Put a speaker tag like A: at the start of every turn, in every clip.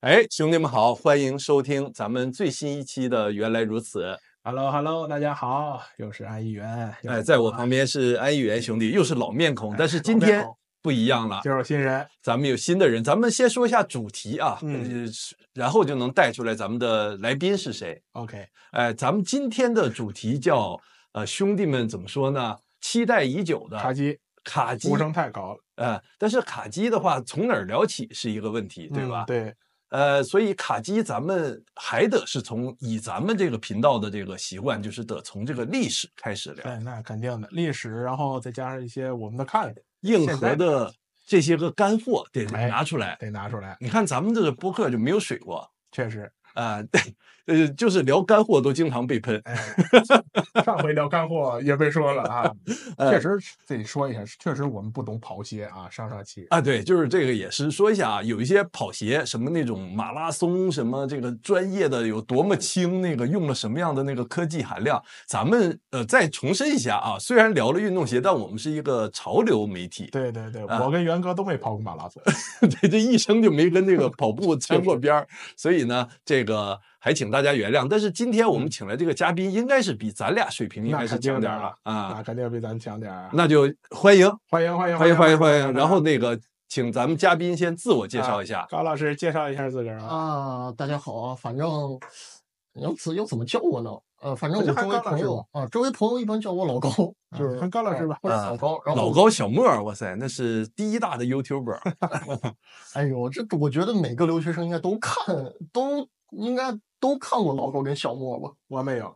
A: 哎，兄弟们好，欢迎收听咱们最新一期的《原来如此》。
B: Hello，Hello，大家好，又是安议员。又
A: 哎，
B: 是
A: 在我
B: 啊哎
A: 旁边是安议员兄弟，又是老面孔，但是
B: 老
A: 今
B: 面
A: 天
B: 孔
A: 不一样了，
B: 就是新人，
A: 咱们有新的人。咱们先说一下主题啊，
B: 嗯
A: 呃，然后就能带出来咱们的来宾是谁。
B: OK，
A: 哎，咱们今天的主题叫呃，兄弟们怎么说呢？期待已久的
B: 卡机
A: 卡机
B: 呼，声太高了，
A: 呃，但是卡机的话，从哪儿聊起是一个问题，对
B: 嗯
A: 吧？
B: 对，
A: 呃，所以卡机咱们还得是从以咱们这个频道的这个习惯，就是得从这个历史开始聊，
B: 对，哎那肯定的，历史，然后再加上一些我们的看法，
A: 硬
B: 现
A: 核
B: 在
A: 的这些个干货得
B: 哎
A: 拿出来。
B: 得拿出来，
A: 你看咱们这个播客就没有水过
B: 确实，
A: 啊、 对，呃，就是聊干货都经常被喷。
B: 哎，上回聊干货也被说了 啊，
A: 哎
B: 确实自己说一下，确实我们不懂跑鞋啊，上上期，
A: 啊，对，就是这个也是说一下啊，有一些跑鞋，什么那种马拉松，什么这个专业的有多么轻，那个用了什么样的那个科技含量，咱们呃再重申一下啊。虽然聊了运动鞋，但我们是一个潮流媒体，
B: 对对对，
A: 啊
B: 我跟元哥都没跑过马拉松，
A: 对，这一生就没跟 这个跑步沾过边儿，所以呢，这个还请大家原谅。但是今天我们请来这个嘉宾，应该是比咱俩水平应
B: 那
A: 该是
B: 肯定
A: 强点
B: 的
A: 儿了
B: 那
A: 啊，
B: 肯定比咱们强点儿啊，
A: 那就欢迎，
B: 欢迎欢迎
A: 欢迎，欢迎，欢
B: 欢
A: 迎。然啊后那个，请咱们嘉宾先自我介绍一下。
B: 高老师介绍一下自个儿啊，
C: 啊，大家好啊，反正又怎又怎么叫我呢？呃，反正
B: 那就
C: 我
B: 喊
C: 周围
B: 高老
C: 朋
B: 师
C: 友啊，周围朋友一般叫我老高，
B: 啊
C: 就是
B: 喊高老师吧嗯
C: 啊或者
A: 啊
C: 老高。然后
A: 老，高小莫儿，哇塞，那是第一大的 YouTuber
C: 哎呦，这我觉得每个留学生应该都看，都应该都看过老高跟小莫吧？
B: 我没有，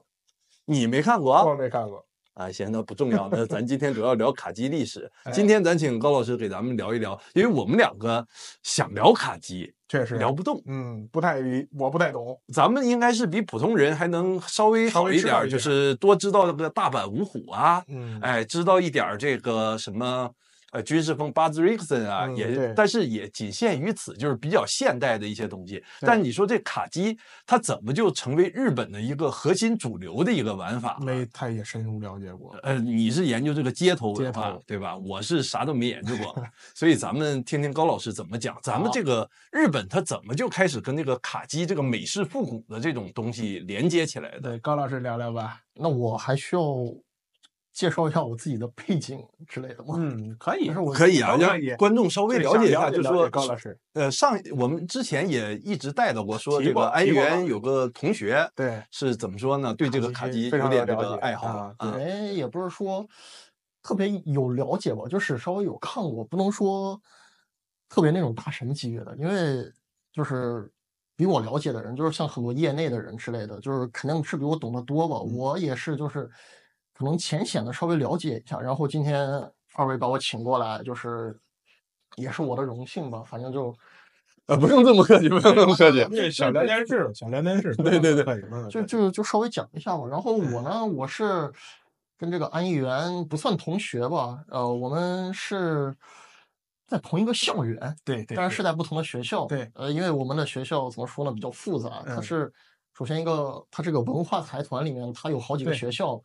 A: 你没看过
B: 我
A: 啊？
B: 没看过，
A: 啊，行，那不重要。那咱今天主要聊卡机历 史。
B: 哎
A: 今天咱请高老师给咱们聊一聊，因为我们两个想聊卡机，
B: 确实
A: 聊不动。
B: 嗯，不太理，我不太懂。
A: 咱们应该是比普通人还能稍微
B: 稍
A: 好
B: 微
A: 一
B: 知
A: 点
B: 道
A: 儿，
B: 一
A: 就
B: 点
A: 是多知道个大阪五虎啊，
B: 嗯
A: 哎，知道一点儿这个什么。呃，军事风巴兹瑞克森啊，
B: 嗯
A: 也
B: 对，
A: 但是也仅限于此，就是比较现代的一些东西。
B: 对
A: 但你说这卡机，它怎么就成为日本的一个核心主流的一个玩法？
B: 没太也深入了解过。
A: 呃，你是研究这个街头
B: 街
A: 文化
B: 头
A: 对吧？我是啥都没研究 过，所以咱们听听高老师怎么讲，咱们这个日本它怎么就开始跟这个卡机这个美式复古的这种东西连接起来的？
B: 对，高老师聊聊吧。
C: 那我还需要介绍一下我自己的背景之类的吗？
B: 嗯，可以
C: 但是我
A: 可以啊，
B: 都
A: 让
B: 可以
A: 观众稍微
B: 对
A: 了
B: 想
A: 解一
B: 了
A: 下，
B: 解
A: 就
B: 了
A: 说
B: 解高老师，
A: 呃，上我们之前也一直带到过，说
B: 提
A: 这个
B: 过
A: 安
B: 提过
A: 源
B: 了
A: 有个同学
B: 对
A: 是怎么说呢？对这个卡机
B: 非
A: 有
B: 常
A: 点这
B: 了
A: 个
B: 解
A: 爱好
B: 啊
A: 啊
C: 哎，也不是说特别有了解吧，就是稍微有看过，不能说特别那种大神级别的，因为就是比我了解的人，就是像很多业内的人之类的，就是肯定是比我懂得多吧。我也是，就是可能浅显的稍微了解一下，然后今天二位把我请过来，就是也是我的荣幸吧，反正就。
A: 啊，不用这么客气，不用这么客气。
B: 对，想聊件事，想聊件事。
A: 对对对
B: 可以，慢慢
C: 就
B: 可以
C: 就就稍微讲一下吧。然后
B: 嗯
C: 我呢，我是跟这个安议员不算同学吧，呃，我们是在同一个校园，
B: 对对，
C: 但是
B: 对
C: 是在不同的学校。
B: 对
C: 呃，因为我们的学校怎么说呢，比较复杂，它
B: 嗯
C: 是首先一个，它这个文化财团里面它有好几个
B: 对
C: 学校。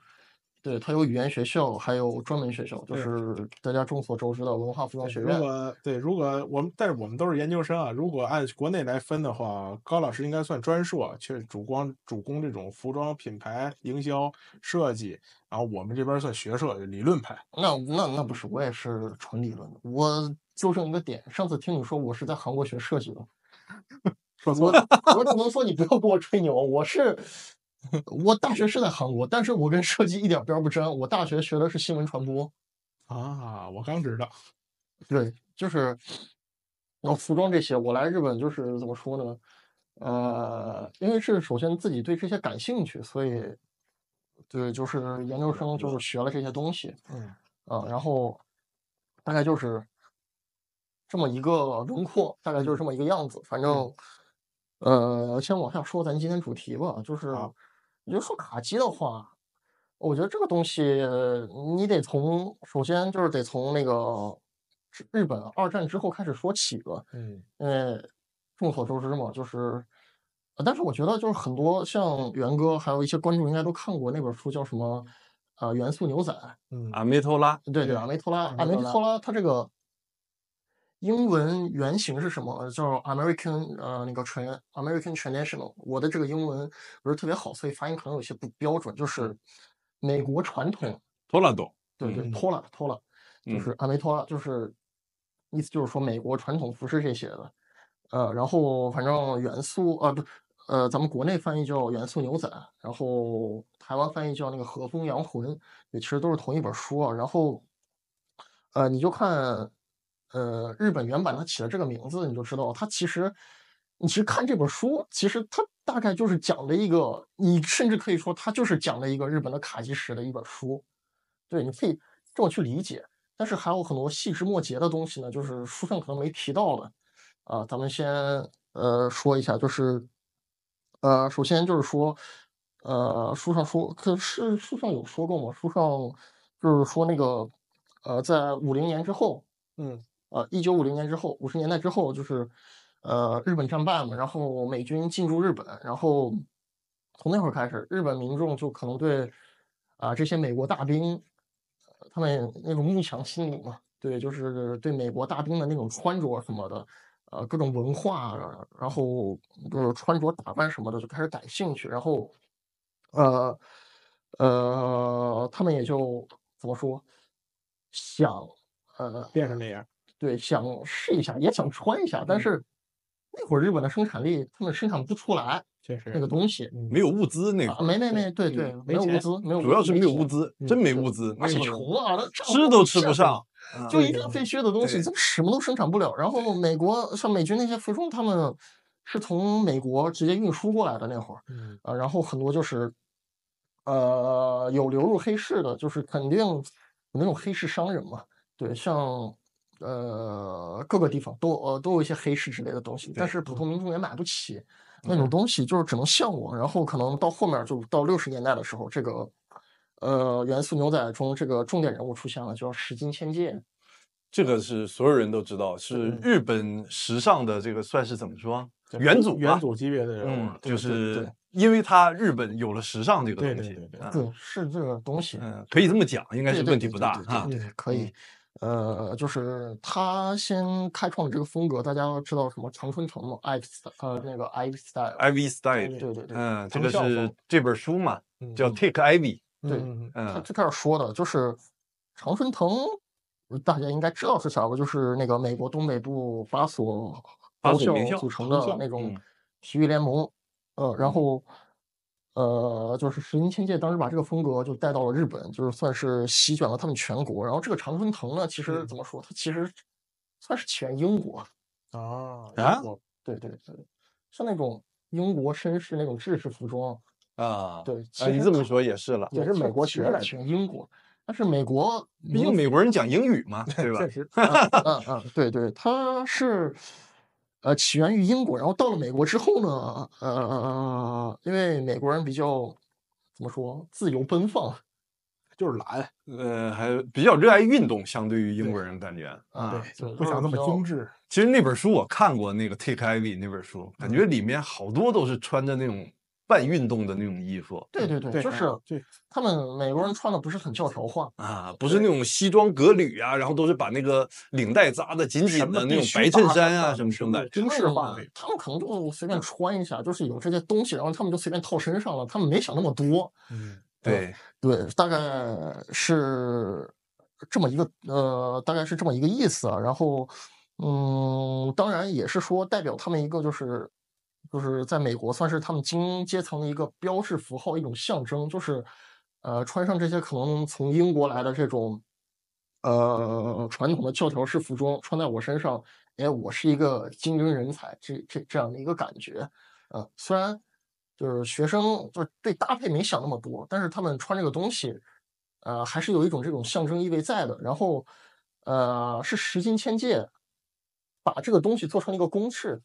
C: 对，它有语言学校，还有专门学校，就
B: 对
C: 是大家众所周知的文化服装
B: 对
C: 学
B: 如
C: 院。
B: 果对，如果我们，但是我们都是研究生啊。如果按国内来分的话，高老师应该算专硕，确实主光主攻这种服装品牌、营销、设计，然后我们这边算学社，理论派。
C: 那那那不是，我也是纯理论的。我纠正一个点，上次听你说我是在韩国学设计的，
B: 说
C: 我
B: 错了，
C: 我只能说你不要跟我吹牛，我是我大学是在韩国，但是我跟设计一点边儿不沾。我大学学的是新闻传播，
B: 啊，我刚知道。
C: 对，就是然后服装这些，我来日本就是怎么说呢？呃，因为是首先自己对这些感兴趣，所以对，就是研究生就是学了这些东西，
B: 嗯，
C: 啊，然后大概就是这么一个轮廓，大概就是这么一个样子。反正，呃，先往下说咱今天主题吧，就是
B: 好
C: 你就说卡机的话，我觉得这个东西你得从首先就是得从那个之日本二战之后开始说起吧，
B: 嗯，
C: 因为众所周知嘛，就是。呃但是我觉得，就是很多像元哥，还有一些观众应该都看过那本书，叫什么？呃，元素牛仔。
B: 嗯
A: 啊，梅托拉，
C: 对对，
B: 对
C: 阿梅托拉，
B: 阿
C: 阿
B: 梅
C: 梅
B: 托拉
C: 托拉，他这个英文原型是什么？呃叫 American 呃那个 tran American traditional。我的这个英文不是特别好，所以发音可能有些不标准，就是美国传统。
A: 托拉多，
C: 对对，
B: 嗯
C: 脱了脱了，就
A: 嗯
C: 是阿梅脱了，就是意思就是说美国传统服饰这些的，呃，然后反正元素啊不呃，咱们国内翻译叫元素牛仔，然后台湾翻译叫那个和风洋魂，也其实都是同一本书啊。然后呃，你就看呃日本原版它起了这个名字，你就知道它其实。你其实看这本书，其实它大概就是讲了一个，你甚至可以说它就是讲了一个日本的卡基史的一本书，对，你可以这么去理解。但是还有很多细枝末节的东西呢，就是书上可能没提到的，啊、咱们先呃说一下，就是呃，首先就是说，呃，书上说，可是书上有说过吗？书上就是说那个，呃，在五零年之后，
B: 嗯，
C: 呃，一九五零年之后，五十年代之后，就是呃日本战败嘛，然后美军进驻日本，然后从那会儿开始，日本民众就可能对啊、这些美国大兵，呃他们那种慕强心理嘛，对，就是对美国大兵的那种穿着什么的，呃，各种文化，然后就是穿着打扮什么的就开始感兴趣，然后呃呃，他们也就怎么说，想呃
B: 变成那样。
C: 对，想试一下，也想穿一下，但
B: 嗯
C: 是那会儿日本的生产力，他们生产不出来
B: 确实
C: 那个东西，
A: 没有物资那个
C: 啊，，没没没，对
B: 嗯
C: 对，
B: 没
C: 没有物
B: 钱
C: 资，没有
A: 主要是没有物
C: 钱，
A: 资，
B: 嗯
A: 真没
C: 对
A: 物资，
C: 而且
A: 那会儿
C: 穷啊，那战
A: 吃
C: 后
A: 都吃不
C: 战
A: 上，啊
C: 就
B: 对
C: 一
B: 对
C: 个废墟的东西，
A: 对
C: 他们什么都生产不了。然后美国像美军那些服装，他们是从美国直接运输过来的那会儿，
B: 嗯，
C: 啊，然后很多就是，呃，有流入黑市的，就是肯定有那种黑市商人嘛，对，像呃各个地方都呃都有一些黑市之类的东西，但
A: 对嗯
C: 是普通民众也买不起那种东西，就是只能向往。然后可能到后面儿就到六十年代的时候，这个呃元素牛仔中这个重点人物出现了，叫石金千介，
A: 这个是所有人都知道，是
B: 嗯
A: 日本时尚的这个算是怎么说
B: 对
A: 元祖吧
B: 元祖级别的人物
A: 嗯，，就
B: 对对
A: 是因为它日本有了时尚这个
B: 对
A: 东
B: 对
A: 西
B: 对对，
A: 啊
C: 对，是这个东西。
A: 嗯，可以这么讲，应该
C: 对
A: 是
C: 对
A: 问题
C: 对
A: 不
C: 对
A: 大嗯
C: 对
A: 啊。
C: 对对，可以。呃，就是他先开创了这个风格，大家要知道什么长春城嘛，I 呃那个 I style，
A: Ivy Style，
C: 对对对，
A: 嗯，这
B: 藤
A: 个
B: 校
A: 是
B: 风
A: 这本书嘛，
B: 对
C: 嗯
A: 叫 Take Ivy，
C: 对
B: 嗯
C: 他
A: 嗯，
C: 最开始说的就是常春藤，大家应该知道是啥吧？就是那个美国东北部八所
A: 八
C: 高
A: 所
C: 校
A: 名校
C: 组成
B: 藤
C: 的
B: 校
C: 那种
A: 嗯
C: 体育联盟，呃，然后呃，就是石英千介当时把这个风格就带到了日本，就是算是席卷了他们全国。然后这个常春藤呢，其实
B: 嗯
C: 怎么说，它其实算是起源英国，
B: 啊
A: 啊
B: 英国
C: 对对对，像那种英国绅士那种制式服装，
A: 啊，
C: 对，
A: 啊，
C: 其
A: 你
C: 实
A: 这么
C: 它
A: 说也是了，
B: 也
C: 也
B: 是美国
C: 其
B: 学
C: 实
B: 来的
C: 起源英国，但是美国
A: 毕竟美 国人讲英语 嘛，对吧？
B: 确实，
C: 嗯嗯，对对，它是呃起源于英国，然后到了美国之后呢，呃，因为美国人比较怎么说自由奔放，
B: 就是懒，
A: 呃，还比较热爱运动，相对于英国人感觉啊。
C: 对
B: 就
C: 就
B: 不
C: 是
B: 想那
C: 比
B: 么
C: 较
B: 精致。
A: 其实那本书我看过，那个 Take Ivy 那本书，感
B: 嗯
A: 觉里面好多都是穿着那种半运动的那种衣服
C: 对对对，
B: 对，啊嗯
C: 就是
B: 对，
C: 他们美国人穿的不是很教条化，
A: 啊，不是那种西装革履啊，然后都是把那个领带扎的紧紧
B: 什么
A: 的那
B: 必
A: 种
B: 须
A: 白衬
B: 搭
A: 衫啊
B: 的
A: 什么什么的。
B: 军
C: 他
B: 事
C: 们
B: 化那种
C: 嗯他们可能就随便穿一下，就是有这些东西，然后他们就随便套身上了，他们没想那么多，
B: 嗯，
A: 对，
C: 对，大概是这么一个呃，大概是这么一个意思啊。然后，嗯，当然也是说代表他们一个就是就是在美国算是他们精英阶层的一个标志符号，一种象征，就是呃，穿上这些可能从英国来的这种呃传统的教条式服装，穿在我身上，哎，我是一个精英人才，这这这样的一个感觉。呃，虽然就是学生就是对搭配没想那么多，但是他们穿这个东西，呃，还是有一种这种象征意味在的。然后，呃，是十金千界把这个东西做成了一个公式，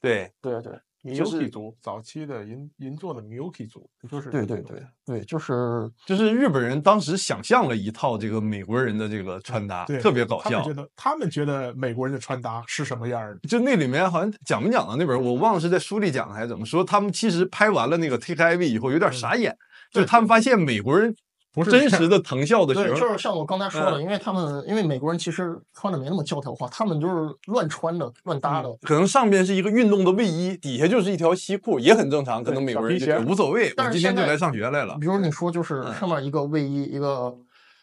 A: 对，
C: 对对
A: 就是
B: Milky 族早期的银银座的 Milky 族，就是
C: 对对对对，就是
A: 就是日本人当时想象了一套这个美国人的这个穿搭，
B: 对，
A: 特别搞
B: 他
A: 笑
B: 们觉。得他们觉得美国人的穿搭是什么样儿的？
A: 就那里面好像讲没讲到那本儿，我忘了是在书里讲的还是怎么说。他们其实拍完了那个《Take Ivy》以后，有点傻眼，就是他们发现美国人
B: 嗯不是
A: 真实的藤校的
C: 对，
A: 学
C: 就
A: 生，
C: 是像我刚才说的，因为他们因为美国人其实穿的没那么教条化，他们就是乱穿的、乱搭的。
A: 可能上边是一个运动的卫衣，底下就是一条西裤，也很正常。可能
B: 对
A: 美
B: 小
A: 国人
B: 皮
A: 就觉
B: 鞋
A: 得无所谓，我
C: 但是
A: 今天
C: 现
A: 就
C: 在
A: 来上学来了。
C: 比如你说就是
A: 嗯
C: 上面一个卫衣，一个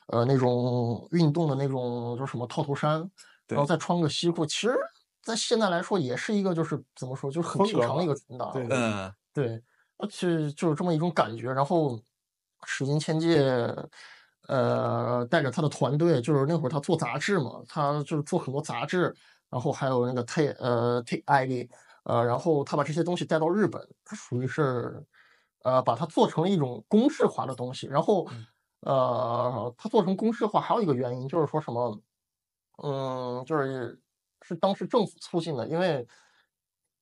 C: 呃那种运动的那种就是什么套头衫，
A: 对
C: 然后再穿个西裤，其实在现在来说也是一个就是怎么说，就是很
B: 风
C: 平
B: 格
C: 常的
B: 吧
C: 一个穿搭。
B: 对
A: 嗯，
C: 对，而且就是这么一种感觉。然后史金千界，呃，带着他的团队，就是那会儿他做杂志嘛，他就是做很多杂志，然后还有那个 Take 呃 Take ID，呃，然后他把这些东西带到日本，他属于是呃把它做成了一种公式化的东西。然后
A: 嗯
C: 呃，它做成公式化还有一个原因就是说什么，嗯，就是是当时政府促进的，因为。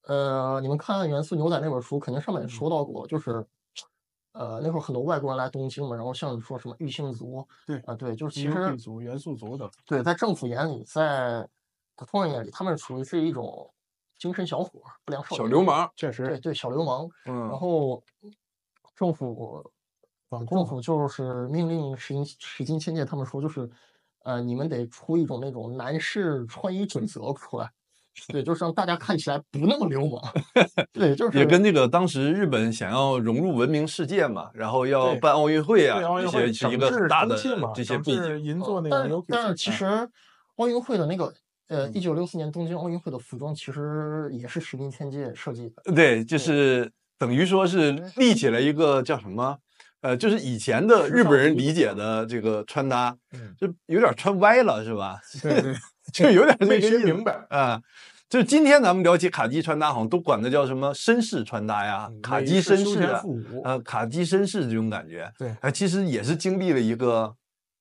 C: 呃，你们看《元素牛仔》那本书，肯定上面
A: 嗯
C: 也说到过，就是，呃，那会儿很多外国人来东京嘛，然后像你说什么玉庆族，
B: 对
C: 啊、对，就是
A: 嗯
C: 其
B: 民族
C: 实
B: 地族、元素族等，
C: 对，在政府眼里，在普通人眼里，他们属于是一种精神小伙儿、不良少
A: 小
C: 年
A: 流，氓，
B: 确
C: 对
B: 实
C: 对，小流氓。然
A: 嗯，
C: 后政府
B: 管控
C: 政府就是命令石金石金千界他们说，就是呃，你们得出一种那种男士穿衣准则出来，对，就是让大家看起来不那 么流氓，对，就是
A: 也跟这个当时日本想要融入文明世界嘛，然后要
B: 对
A: 办奥运会啊
B: 对，奥运
A: 这
B: 会
A: 些是一个
B: 整治
A: 很大
B: 重
A: 的
B: 庆嘛
A: 这些
B: 整
A: 背景。
B: 治银座
C: 呃
B: 那
C: 但
B: 个
C: 是
B: Yuki，
C: 但是其
B: 嗯
C: 实奥运会的那个呃，
B: 嗯
C: 一九六四年东京奥运会的服装其实也是石金千界设计的，
A: 对，就是等于说是立起来一个叫什么？呃，就是以前的
C: 时
A: 日本
C: 尚
A: 人
C: 主义
A: 理解的这个穿搭
B: 嗯，
A: 就有点穿歪了，是吧？
B: 对对，
A: 就有点这
B: 没
A: 个
B: 学
A: 意思
B: 明白。
A: 啊。就今天咱们聊起卡基穿搭，好像都管它叫什么绅士穿搭呀
B: 嗯、
A: 卡
B: 美
A: 基
B: 式
A: 绅
B: 休
A: 士
B: 闲
A: 啊
B: 复古
A: 呃，卡基绅士这种感觉。
B: 对
A: 哎，其实也是经历了一个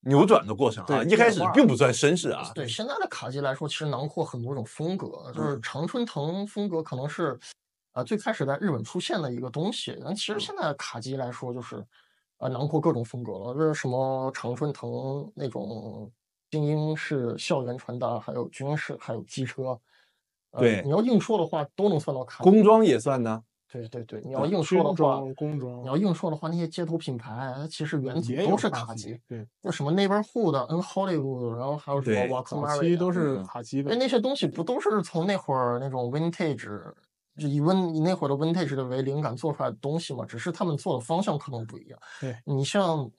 A: 扭转的过程啊。
B: 对
A: 一
B: 变
A: 开始
B: 化
A: 并不算绅士啊，
C: 对现在的卡机来说，其实囊括很多种风格，啊
B: 嗯
C: 就是常春藤风格可能是呃最开始在日本出现的一个东西，但
B: 嗯
C: 其实现在的卡机来说就是呃囊括各种风格了，就是什么常春藤那种精英式校园穿搭，还有军事，还有机车。呃
A: 对
C: 你要硬说的话，都能算到卡机。
A: 工装也算呢。
C: 对对对，你要硬说的
B: 军
C: 话，
B: 装、工装
C: 你要硬说的话，那些街头品牌其实原
B: 也
C: 子
B: 有
C: 都是
B: 卡
C: 卡其，，
B: 对，
C: 就什么 Neighborhood、N 嗯 Hollywood，然后还有什么
A: 对
C: w a k m a
B: 早
C: r
B: 期
C: i
B: 都是
A: 嗯
B: 卡其
C: 哎，
B: 的，
C: 那些东西不都是从那会儿那种 vintage，就以 vin 以那会儿的 vintage 的为灵感做出来的东西嘛？只是他们做的方向可能不一样。
B: 对
C: 你像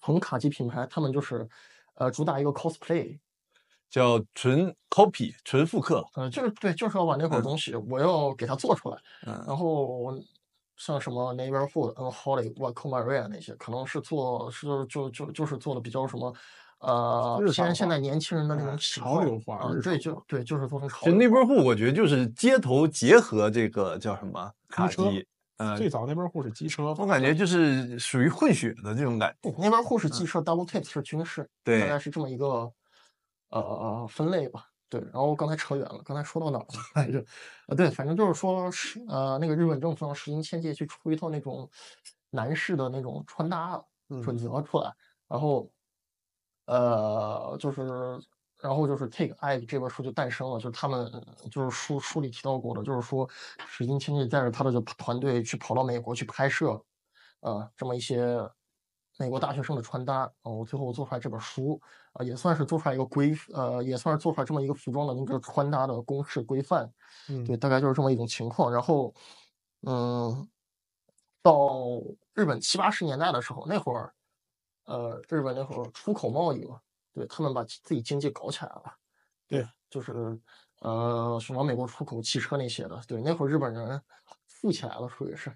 C: 从卡其品牌，他们就是呃主打一个 cosplay，
A: 叫纯 copy 纯复刻，
C: 呃，就是对，就是要把那会
A: 嗯
C: 儿东西我要给它做出来。
A: 嗯，
B: 哦
C: 然后像什么 Neighborhood、N Holly、w a c o Maria 那些，可能是做是就就就就是做的比较什么，呃，
B: 日常
C: 偏现
B: 化
C: 在年轻人的那种
B: 嗯
C: 喜
B: 潮
C: 好
B: 流化
C: 啊
B: 日
C: 对，
B: 常
C: 就对，就是做成潮
A: 就
C: 流
A: 那
C: 化
A: 波户，我觉得就是街头结合这个叫什么卡
B: 车
A: 基，呃，
B: 最早那边护士机车吧，
A: 我感觉就是属于混血的这种感觉。
C: 对那边护士机车 double tip 是军事，大概
A: 对，
C: 是这么一个呃分类吧。对，然后刚才扯远了，刚才说到哪儿了 来着？啊，对，反正就是说是呃，那个日本政府让石英千界去出一套那种男士的那种穿搭准
B: 嗯
C: 则出来，然后呃，就是然后就是《Take I》这本书就诞生了，就是他们就是书书里提到过的，就是说史金千界带着他的这团队去跑到美国去拍摄，呃，这么一些美国大学生的穿搭，哦，我最后做出来这本书，啊、也算是做出来一个规，呃，也算是做出来这么一个服装的那个穿搭的公式规范，
B: 嗯
C: 对，大概就是这么一种情况。然后，嗯，到日本七八十年代的时候，那会儿，呃，日本那会儿出口贸易嘛，对他们把自己经济搞起来了，
B: 对，
C: 就是呃，是往美国出口汽车那些的，对，那会儿日本人富起来了，属于是，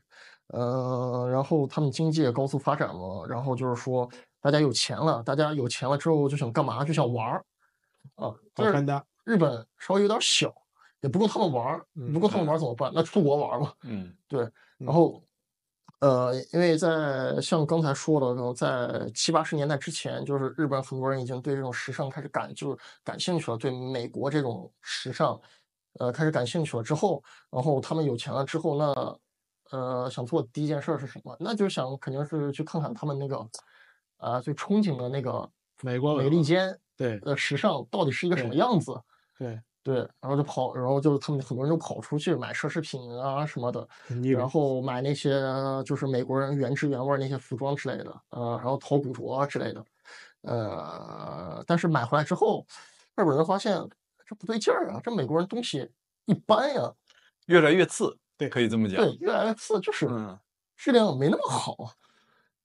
C: 呃，然后他们经济也高速发展嘛，然后就是说大家有钱了，大家有钱了之后就想干嘛？就想玩儿，啊，
B: 好
C: 但是
B: 穿搭，
C: 日本稍微有点小，也不够他们玩儿，
B: 嗯
C: 不够他们玩儿怎么办？那出国玩儿吧。
A: 嗯，
C: 然
B: 嗯
C: 后，呃，因为在像刚才说的，可能在七八十年代之前，就是日本很多人已经对这种时尚开始感就是感兴趣了，对美国这种时尚，呃，开始感兴趣了之后，然后他们有钱了之后，那呃，想做的第一件事儿是什么？那就想肯定是去看看他们那个，啊、最憧憬的那个
B: 美国
C: 美
B: 文
C: 利
B: 化
C: 坚
B: 对
C: 呃时尚到底是一个什
B: 哦对
C: 么样子。
B: 对，
C: 对，然后就跑，然后就是他们很多人就跑出去买奢侈品啊什么的，
B: 你以为
C: 然后买那些就是美国人原汁原味儿那些服装之类的，呃，然后淘古着之类的，呃，但是买回来之后，日本人发现这不对劲儿啊，这美国人东西一般呀、
A: 越来越次，
B: 对
A: 可以这么讲。
C: 对，越来越次，就是
A: 嗯，
C: 质量没那么好啊。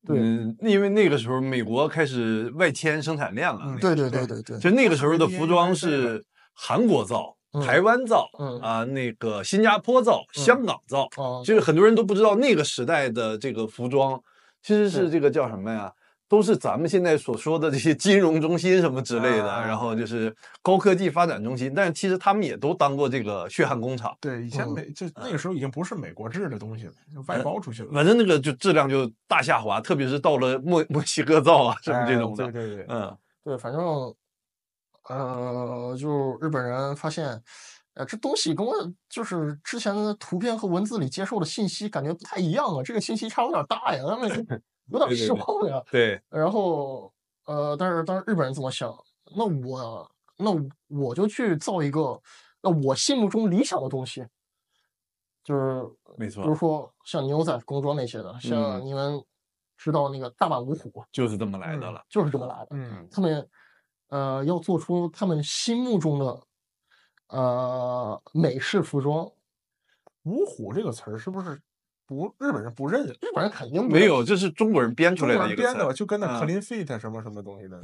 C: 对
A: 嗯，因为那个时候美国开始外迁生产链了，
B: 嗯
A: 那
C: 对对
B: 对
C: 对对对，
A: 就那个时候的服装
B: 因为
A: 是韩国造、
C: 嗯
A: 台湾造、
C: 嗯
A: 啊，那个新加坡造、
C: 嗯
A: 香港造，
C: 哦，
A: 就是很多人都不知道那个时代的这个服装其实是
C: 是
A: 这个叫什么呀？都是咱们现在所说的这些金融中心什么之类的，
B: 啊
A: 然后就是高科技发展中心，但是其实他们也都当过这个血汗工厂，
B: 对以前
C: 嗯
B: 美就那个时候已经不是美国制的东西了，就外包出去了。
A: 反正那个就质量就大下滑，特别是到了墨墨西哥造啊什么这
B: 哎
A: 种的，
B: 对对对，
A: 嗯
C: 对，反正，呃，就日本人发现，呃，这东西跟我就是之前的图片和文字里接受的信息感觉不太一样啊，这个信息差有点大呀，他们有点
A: 对对
C: 失
A: 对
C: 望呀。
A: 对，
C: 然后，呃，但是但是日本人怎么想？那我那我就去造一个，那我心目中理想的东西，就是
A: 没
C: 比如
A: 错，
C: 说像牛仔工装那些的，像
A: 嗯
C: 你们知道那个大阪五虎
A: 就是这么来的
B: 嗯
A: 了。
C: 就是这么来的。
B: 嗯，
C: 他们呃要做出他们心目中的呃美式服装，
B: 五虎这个词儿是不是不日本人不认？
C: 日本人肯定不
A: 没
C: 认
A: 有，这是中国人编出
B: 中
A: 来
B: 国
A: 的一
B: 人
A: 个
B: 编
A: 词
B: 的吧，就跟那
A: 嗯
B: clean fit 什么什么东西的，
A: 儿，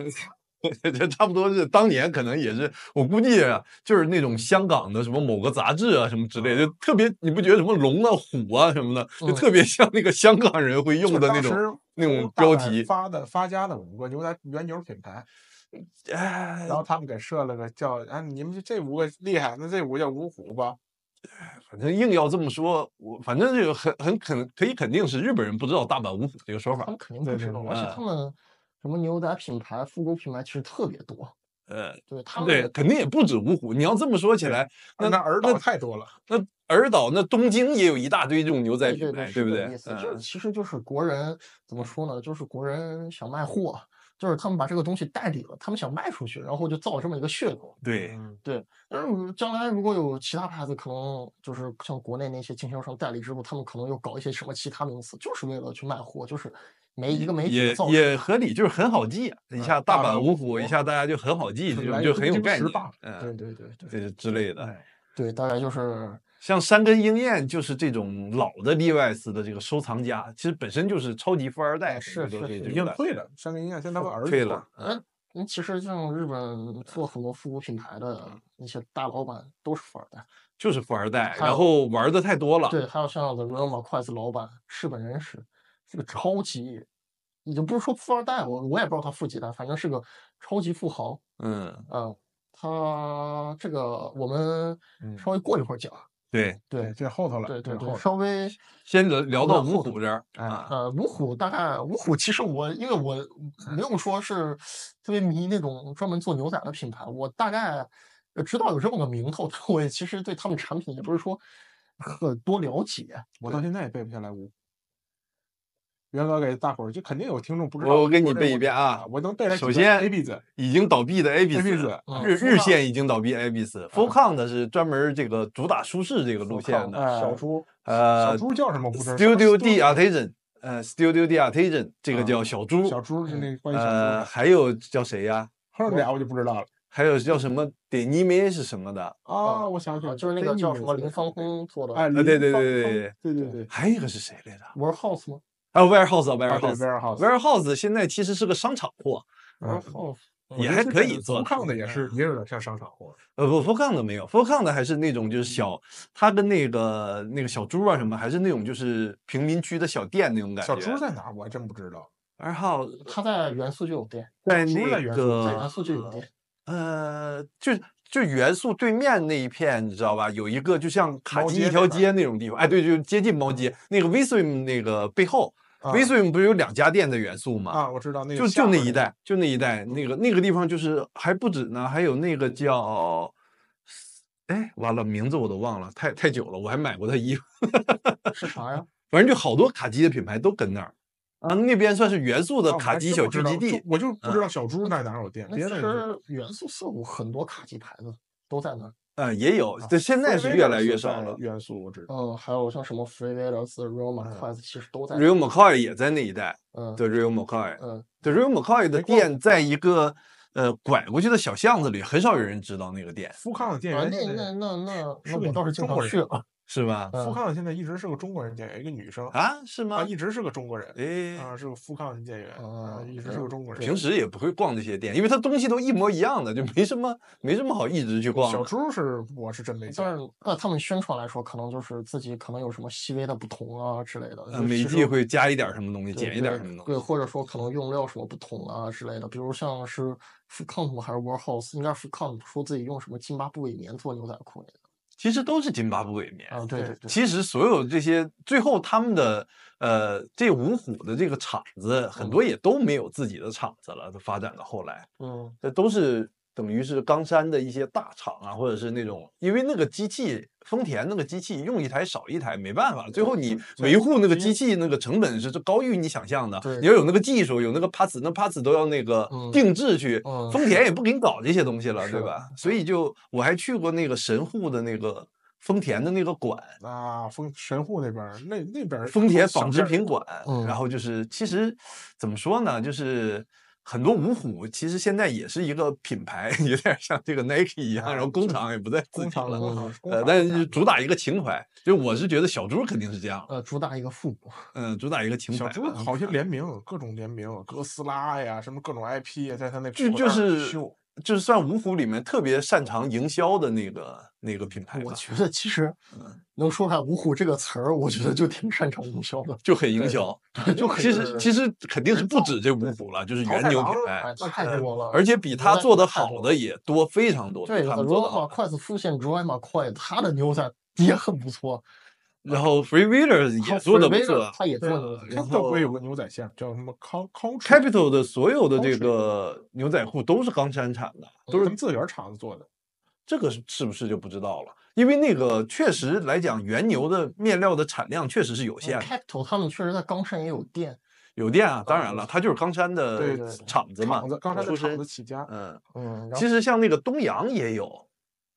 A: 这差不多是当年可能也是，我估计啊，就是那种香港的什么某个杂志啊什么之类的，就特别，你不觉得什么龙啊、虎啊什么的，就
C: 嗯
A: 特别像那个香港人会
B: 就
A: 用的那
B: 当
A: 种。
B: 时
A: 那种
B: 大
A: 标
B: 阪
A: 题
B: 发的发家的五个牛仔原牛品牌，
A: 哎
B: 然，后他们给设了个叫啊，你们就这五个厉害，那这五个叫五虎吧。
A: 反正硬要这么说，我反正这个很很肯可以肯定是日本人不知道大阪五虎这个说
C: 他
A: 法。
C: 们肯定
B: 对
C: 不
B: 对
C: 知道，
B: 对
C: 而且
A: 嗯
C: 他们什么牛仔品牌、复古品牌其实特别多，
A: 呃，
C: 对他们
A: 对，
C: 的
A: 肯定也不止五虎。你要这么说起来，那
B: 那儿岛太多了，
A: 那尔岛那东京也有一大堆这种牛仔
C: 对
A: 品
C: 对
A: 牌，对
C: 对，是
A: 不
C: 这
A: 对
C: 个意？思，
A: 嗯
C: 这其实就是国人怎么说呢？就是国人想卖货，就是他们把这个东西代理了，他们想卖出去，然后就造这么一个噱头。
A: 对，
B: 嗯
C: 但是我将来如果有其他牌子，可能就是像国内那些经销商代理之后，他们可能又搞一些什么其他名词，就是为了去卖货，就是没一个媒
A: 嗯
C: 体
A: 也
C: 造
A: 也合理，就是很好记，一下大
B: 大
A: 阪
B: 阪
A: 五
B: 五
A: 虎，
B: 虎
A: 一下大家就很好记，
B: 本
A: 就
B: 来
A: 就
B: 东
A: 很有
B: 京
A: 概
B: 十
A: 念
B: 霸，
A: 嗯，
C: 对对对对
A: 这是之类的。
B: 哎
C: 对，大概就是
A: 像山根英彦就是这种老的 Levi's 的这个收藏家，其实本身就是超级富二代，
C: 是
A: 甚至都
C: 是
A: 可以
C: 是
A: 这
B: 已
A: 么
B: 经
A: 讲
B: 退了，山根英彦现在他们儿子
A: 退了，，嗯
C: 嗯，嗯其实像日本做很多复古品牌的那些大老板都是富二代，
A: 就是富二代，
C: 还
A: 然
C: 有
A: 后玩的太多了。
C: 对，还有像 The Realm 筷子老板日本人是是个超级，已经不是说富二代，我我也不知道他富几代，反正是个超级富豪，
A: 嗯，
C: 嗯。他这个我们
B: 嗯
C: 稍微过一会儿讲，啊
A: 嗯对，
B: 对，
C: 对
B: 这后头了，
C: 对
B: 这
C: 对
B: 后
C: 对，
B: 头
C: 稍微
A: 先聊聊到
C: 后
A: 五
C: 头
A: 虎这儿
B: 哎
A: 啊，
C: 呃，五虎大概五虎，其实我因为我没有说是特别迷那种专门做牛仔的品牌，我大概呃知道有这么个名头， 但我也其实对他们产品也不是说很多了解。啊
B: 我到现在也背不下来五虎。元哥给大伙儿，就肯定有听众不知道。
A: 我我给你背一遍啊
B: 我能背来几
A: 首
B: 个。
A: 先
B: A B 字，
A: 已经倒闭的 a b i
B: Abis，
A: s
C: 嗯
A: 日日
C: Fulcon
A: 线已经倒闭 a b i s f o l c o n 的是专门这个主打舒适这个路线的，
B: 哎
C: 小猪，
A: 呃
B: 小猪叫什么不知道
A: ，Studio D
B: D
A: Artisan，呃，Studio D Artisan 这个
B: 啊
A: 叫小猪，
B: 小猪是那关于小猪
A: 呃，
B: 的，
A: 还有叫谁呀？
B: 后面俩我就不知道了。
A: 还有叫什么点尼梅是什么的？
B: 啊，我想起来
C: 啊，
B: 了，
C: 就是那
B: 真
C: 个
B: 一
C: 叫
B: 没
C: 什么
B: 记
C: 林芳空做的，
B: 哎，
A: 对对对
B: 林芳
A: 对
B: 芳
A: 对
B: 对对对，
A: 还有一个是谁来着？
C: ，Warehouse 吗
A: 啊，Warehouse 啊
B: 啊对
A: ，Warehouse。
B: ，warehouse，
A: Warehouse 现在其实是个商场货，
B: 嗯
C: ？Warehouse，
B: 我
A: 也
B: 觉得
A: 还
B: 这
A: 可
B: 个
A: 以做的。
B: Fulcon 的也是也有点像商场货，
A: 呃不 f o c o n 的没有 f o c o n 的还是那种就是小，它跟那个那个小猪啊什么，还是那种就是平民区的小店那种感觉。
B: 小猪在哪儿我还真不知道。
A: Warehouse
C: 它在元素就有店，
A: 在
B: 小猪在
A: 那
B: 元素
C: 在
A: 个
C: 元素就有店，
A: 呃，就就元素对面那一片，你知道吧？有一个就像卡
B: 猫
A: 进
B: 街
A: 一
B: 那
A: 条
B: 边儿
A: 街那种地方，哎，对，就接近猫街那个 Visum 那个背后
B: 啊
A: ，Visum 不是有两家店的元素吗？
B: 啊，我知道那个嗯
A: 就
B: 下
A: 就那
B: 面
A: 一带，就那一带，那个那个地方就是还不止呢，还有那个叫，哎，完了名字我都忘了，太太久了，我还买过他衣服，
C: 是啥呀？
A: 反正就好多卡机的品牌都跟那儿啊，那边算是元素
B: 那
A: 的
B: 啊我
A: 卡
B: 还
A: 机
B: 真
A: 小
B: 不知
A: 聚集
B: 道就
A: 地，
B: 我就不知道小猪在哪儿有店，
C: 那
B: 别
C: 其
B: 的我就
C: 实元素似乎很多卡机牌子都在那儿，
A: 呃，也有，
B: 啊
A: 这现在是
B: Freeway
A: 越来
B: 是
A: 越
B: 在
A: 少了。
B: 元素我知道，
C: 嗯，还有像什么 Free v a l e s Real
B: 嗯
C: m Quest 其实都在。
A: Real McCoy 也在那一带，
C: 嗯，
A: 对 Real McCoy，
C: 嗯，
A: 对 Real McCoy 的
B: 没逛过
A: 店在一个呃拐过去的小巷子里，很少有人知道那个店，
B: 富康的店
C: 啊，
B: 员
C: 那
B: 现
C: 那
B: 在，
C: 那那
B: 是
C: 那
B: 个
C: 我倒是经
B: 中
C: 常
B: 国人
C: 去了。
A: 是吧？
B: 富
C: 嗯
B: 康现在一直是个中国人店员，一个女生
A: 啊，是
B: 啊，
A: 吗？
B: 一直是个中国人
A: 哎，
B: 啊，是个富康店员啊
C: 哦，
B: 一直是个中国人。
A: 平时也不会逛这些店，因为它东西都一模一样的，就没什么没什么好一直去逛
B: 小
A: 的。
B: 猪是我是真没见
C: 但，是按他们宣传来说，可能就是自己可能有什么细微的不同啊之类的。
A: 呃，
C: 就
A: 每
C: 其
A: 季
C: 实
A: 会加一点什么东西，
C: 对
A: 减一点
C: 对
A: 什么东西。嗯
C: 对，或者说可能用料什么不同啊之类的，比如像是 f u c o n t 还是 Warhouse，应该是 f u c o n t 说自己用什么津巴布韦棉做牛仔裤那个。
A: 其实都是津巴布韦棉。
C: 啊，对
B: 对
C: 对对，
A: 其实所有这些，最后他们的呃，这五虎的这个厂子，
B: 嗯
A: 很多也都没有自己的厂子了，都发展到后来，
C: 嗯
A: 这都是等于是冈山的一些大厂啊，或者是那种，因为那个机器，丰田那个机器用一台少一台，没办法，最后你
C: 嗯
A: 维护那个机器那个成本是高于你想象的
C: 对，
A: 你要有那个技术，有那个 parts，那 parts 都要那个
C: 嗯
A: 定制去，
C: 嗯
A: 丰田也不给你搞这些东西了，
C: 是嗯
A: 对
C: 的
A: 吧？所以就我还去过那个神户的那个丰田的那个馆。
B: 啊，丰神户那边儿那那边儿
A: 丰田
B: 小
A: 纺织
B: 店儿
A: 品馆，
C: 嗯
A: 然后就是其实怎么说呢，就是。很多五虎其实现在也是一个品牌， 有点像这个 Nike 一样，
B: 啊
A: 然后工厂也不在自
B: 工
A: 己
B: 厂
A: 了，
B: 工厂工
A: 呃，
B: 厂
A: 但
B: 大
A: 是主打一个情怀。就我是觉得小猪肯定是这样，
C: 呃，主打一个复古。
A: 嗯、主打一个情怀
B: 小
A: 吧。
B: 猪好
C: 啊
B: 些联名，各种联名，哥斯拉呀，什么各种 IP 呀，在他那
A: 就
B: 口
A: 就
B: 袋儿
A: 是
B: 秀
A: 就是算五虎里面特别擅长营销的那个那个品牌
C: 我
A: 吧，
C: 觉得其实能说出来“五虎”这个词儿，我觉得就挺擅长营销的。
A: 就很营销。
C: 就很
A: 其实其实肯定是不止这五虎了，就是
B: 淘
A: 原
B: 汰
A: 牛
B: 狼
A: 品
B: 了哎
A: 牌，
C: 那哎太多了，
A: 而且比他做的好
C: 的。
A: 的也多非常多。
C: 对
A: 比他
C: 的
A: 们做得好
C: ，Road 快速复现 d r o y m a q u i 它的牛仔也很不错，
A: 然后 Free Wheelers
C: 哦
A: 也做的不错
C: 它也做
B: 对啊
C: 的
B: 它
A: 然
B: 特
A: 后
B: 贵有个牛仔线叫什么康康出，
A: ，Capital 的所有的
B: 都
A: 这
B: 是
A: 个牛仔裤都是冈山产的，
B: 都是咱们自个儿厂子做的。
A: 这个是是不是就不知道了？因为那个确实来讲，原牛的面料的产量确实是有限的，
C: Capital 嗯他们确实在冈山也有店，
A: 有店啊，当然
C: 嗯
A: 了，它就是冈山的
B: 对对
A: 厂子嘛
B: 厂子，刚才
A: 出
B: 在厂
A: 身
B: 子，起家，
A: 嗯，
C: 嗯，然后
A: 其实像那个东阳也有，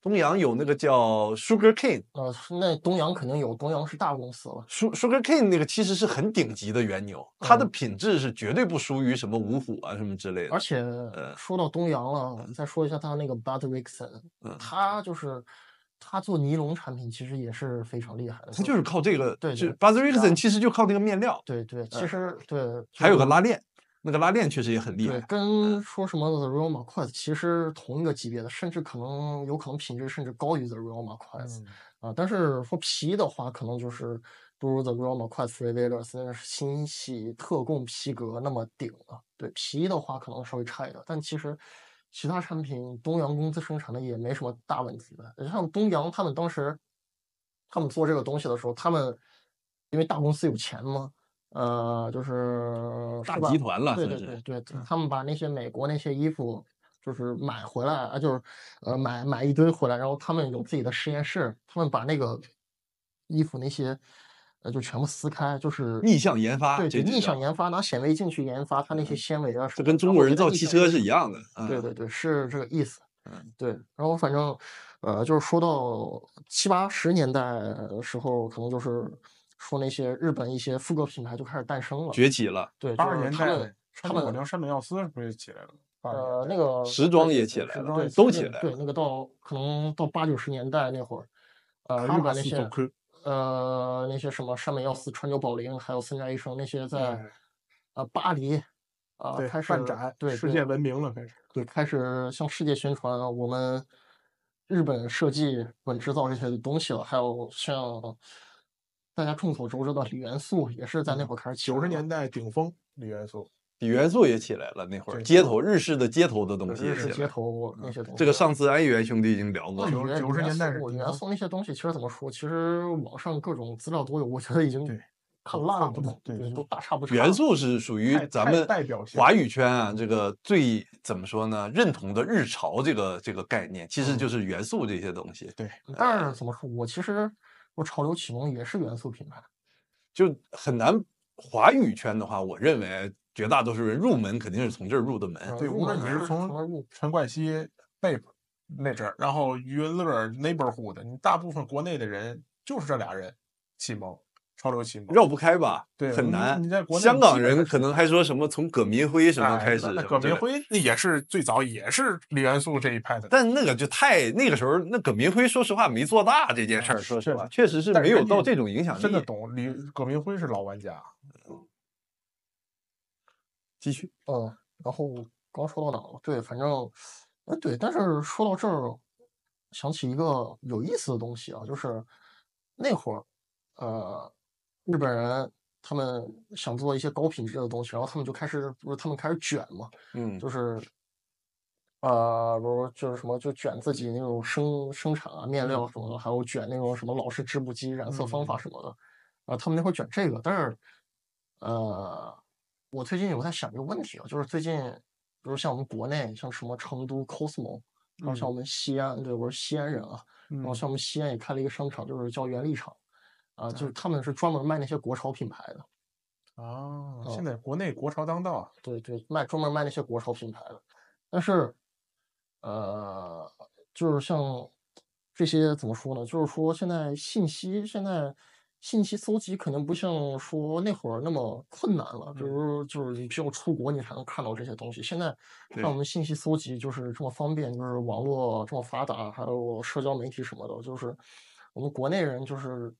A: 东阳有那个叫 Sugar King。
C: 呃，那东阳肯定有，东阳是大公司了。
A: Su- Sugar Cane 那个其实是很顶级的原牛，它的
C: 嗯
A: 品质是绝对不输于什么五虎啊什么之类的。
C: 而且
A: 呃
C: 说到东阳了，我们再说一下他那个 Bud Rickson，、
A: 嗯
C: 他就是他做尼龙产品其实也是非常厉害的，
A: 它就是靠这个，
C: 对
A: 就
C: 对
A: b u z z r i c k s o
C: 啊
A: n 其实就靠那个面料，
C: 对对，其实对，就
A: 呃还有个
C: 是
A: 拉链，那个拉链确实也很厉
C: 对，
A: 害。
C: 跟说什么 The Real m a q u i 其实同一个级别的，甚至可能有可能品质甚至高于 The Real m a q u i 啊，但是说皮的话，可能就是不如 The Real m a q u i Free v a l e r s 那是新系特供皮革那么顶了。对皮的话，可能稍微差一点，但其实其他产品东阳公司生产的也没什么大问题的。像东阳他们当时他们做这个东西的时候，他们因为大公司有钱嘛。呃，就是
A: 大
C: 是吧
A: 集团了
C: 对
A: 算
C: 对
A: 是
C: 对对，
A: 嗯
C: 他们把那些美国那些衣服就是买回来啊，就是呃买买一堆回来，然后他们有自己的实验室，他们把那个衣服那些呃就全部撕开，就是
A: 逆向研发，
C: 对
A: 这
C: 对
A: 就
C: 逆
A: 叫
C: 向研发，拿显微镜去研发它那些纤维啊什
A: 这
C: 么的，
A: 跟中
C: 然
A: 国
C: 后
A: 人
C: 给它
A: 造
C: 逆
A: 汽
C: 向
A: 车
C: 研
A: 是
C: 发
A: 一样的。嗯
C: 对对对，是这个意思。
A: 嗯
C: 对，然后反正呃，就是说到七八十年代的时候，可能就是说那些日本一些复刻品牌就开始诞生了。
A: 崛起了，
C: 对，
B: 八
C: 就
B: 十
C: 是
B: 年
C: 他
B: 代
C: 们
B: 呗川
C: 他
B: 口
C: 们
B: 良、山本耀司是不是就起来了？八十年
C: 呃
B: 代
C: 那个
A: 时装
C: 对
A: 也
C: 对
A: 起来
B: 时
A: 了，对
B: 装也
A: 都
C: 那
A: 起
C: 个
A: 来
C: 对，
A: 了。
C: 那个到可能到八九十年代那会儿，
B: 卡
C: 呃，日
B: 马
C: 本那
B: 斯
C: 些
B: 佐科
C: 呃那些什么山本耀司、川久保玲，还有森宅一生那些在、
B: 哎
C: 呃巴黎啊、
B: 对
C: 开始
B: 办展，
C: 对
B: 世
C: 对
B: 界闻名了开始。
C: 对开始向世界宣传我们日本设计、日本制造这些东西了，还有像大家众所周知的李元素也是在
A: 嗯
C: 那会儿开始起来
B: 九
C: 的，
B: 十年代顶峰，李元素
A: 比元素也起来了，那会儿
B: 对
A: 街头日式的街头的东
B: 对
A: 西
B: 日
A: 也
B: 式
A: 起
C: 是
A: 来
C: 街
A: 了。
C: 头那些东西。
A: 这个上次安源兄弟已经聊过
B: 那
A: 了，
B: 有90年代是
C: 我
B: 顶
C: 元
B: 峰
C: 素那些东西，其实怎么说？其实网上各种资料都有，我觉得已经
B: 对
C: 看烂了
B: 差不多，对
C: 对，
B: 就
C: 都大差不差了。
A: 元素是属于
B: 太
A: 咱
B: 太
A: 们
B: 代表性
A: 华语圈啊，这个最怎么说呢？认同的日潮这个这个概念，其实
B: 嗯
A: 就是元素这些东西，
B: 对，
C: 但是怎么说？我其实我潮流启蒙也是元素品牌，
A: 就很难。华语圈的话，我认为绝
B: 哦
A: 大多数人入门肯定是从这儿入的门。
C: 嗯
B: 对，
C: 入
B: 无论
C: 门
B: 你是
C: 是
B: 从
C: 从入
B: 陈冠希、Bape 那阵儿，然后余文乐 neighborhood，你大部分国内的人就是这俩人启蒙，潮流启蒙，
A: 绕不开吧？
B: 对
A: 很
B: 你
A: 难。
B: 你在国内
A: 香港
B: 基
A: 人
B: 本上
A: 可能还说什么从葛民辉什么
B: 哎
A: 开始，
B: 那葛
A: 对
B: 民
A: 吧，
B: 辉那也是最早也是李元素这一派的，
A: 但那个就太那个时候，那葛民辉说实话没做大这件事儿，
B: 嗯
A: 说实
B: 是
A: 话，确实是
B: 但
A: 没有
B: 人家
A: 到这种影响力。
B: 真的懂李葛民辉是老玩家，
A: 继续，
C: 嗯，然后刚说到哪了？对，反正，哎，对，但是说到这儿，想起一个有意思的东西啊，就是那会儿，呃，日本人他们想做一些高品质的东西，然后他们就开始，不是他们开始卷嘛，
A: 嗯
C: 就是，呃，比如就是什么，就卷自己那种生生产啊、面料什么的，还有卷那种什么老式织布机、染色方法什么的。啊，他们那会儿卷这个，但是，呃，我最近有在想一个问题啊，就是最近，比如像我们国内，像什么成都 Cosmo，然后像我们西安，对，我是西安人啊，
A: 嗯
C: 然后像我们西安也开了一个商场，就是叫原力场，啊，就是他们是专门卖那些国潮品牌的。
B: 啊，
C: 哦
B: 现在国内国潮当道，啊
C: 对对，卖专门卖那些国潮品牌的。但是，呃，就是像这些怎么说呢？就是说现在信息现在信息搜集可能不像说那会儿那么困难了，比
B: 嗯
C: 如就是你只有出国你才能看到这些东西。现在
A: 对
C: 让我们信息搜集就是这么方便，就是网络这么发达，还有社交媒体什么的，就是我们国内人就是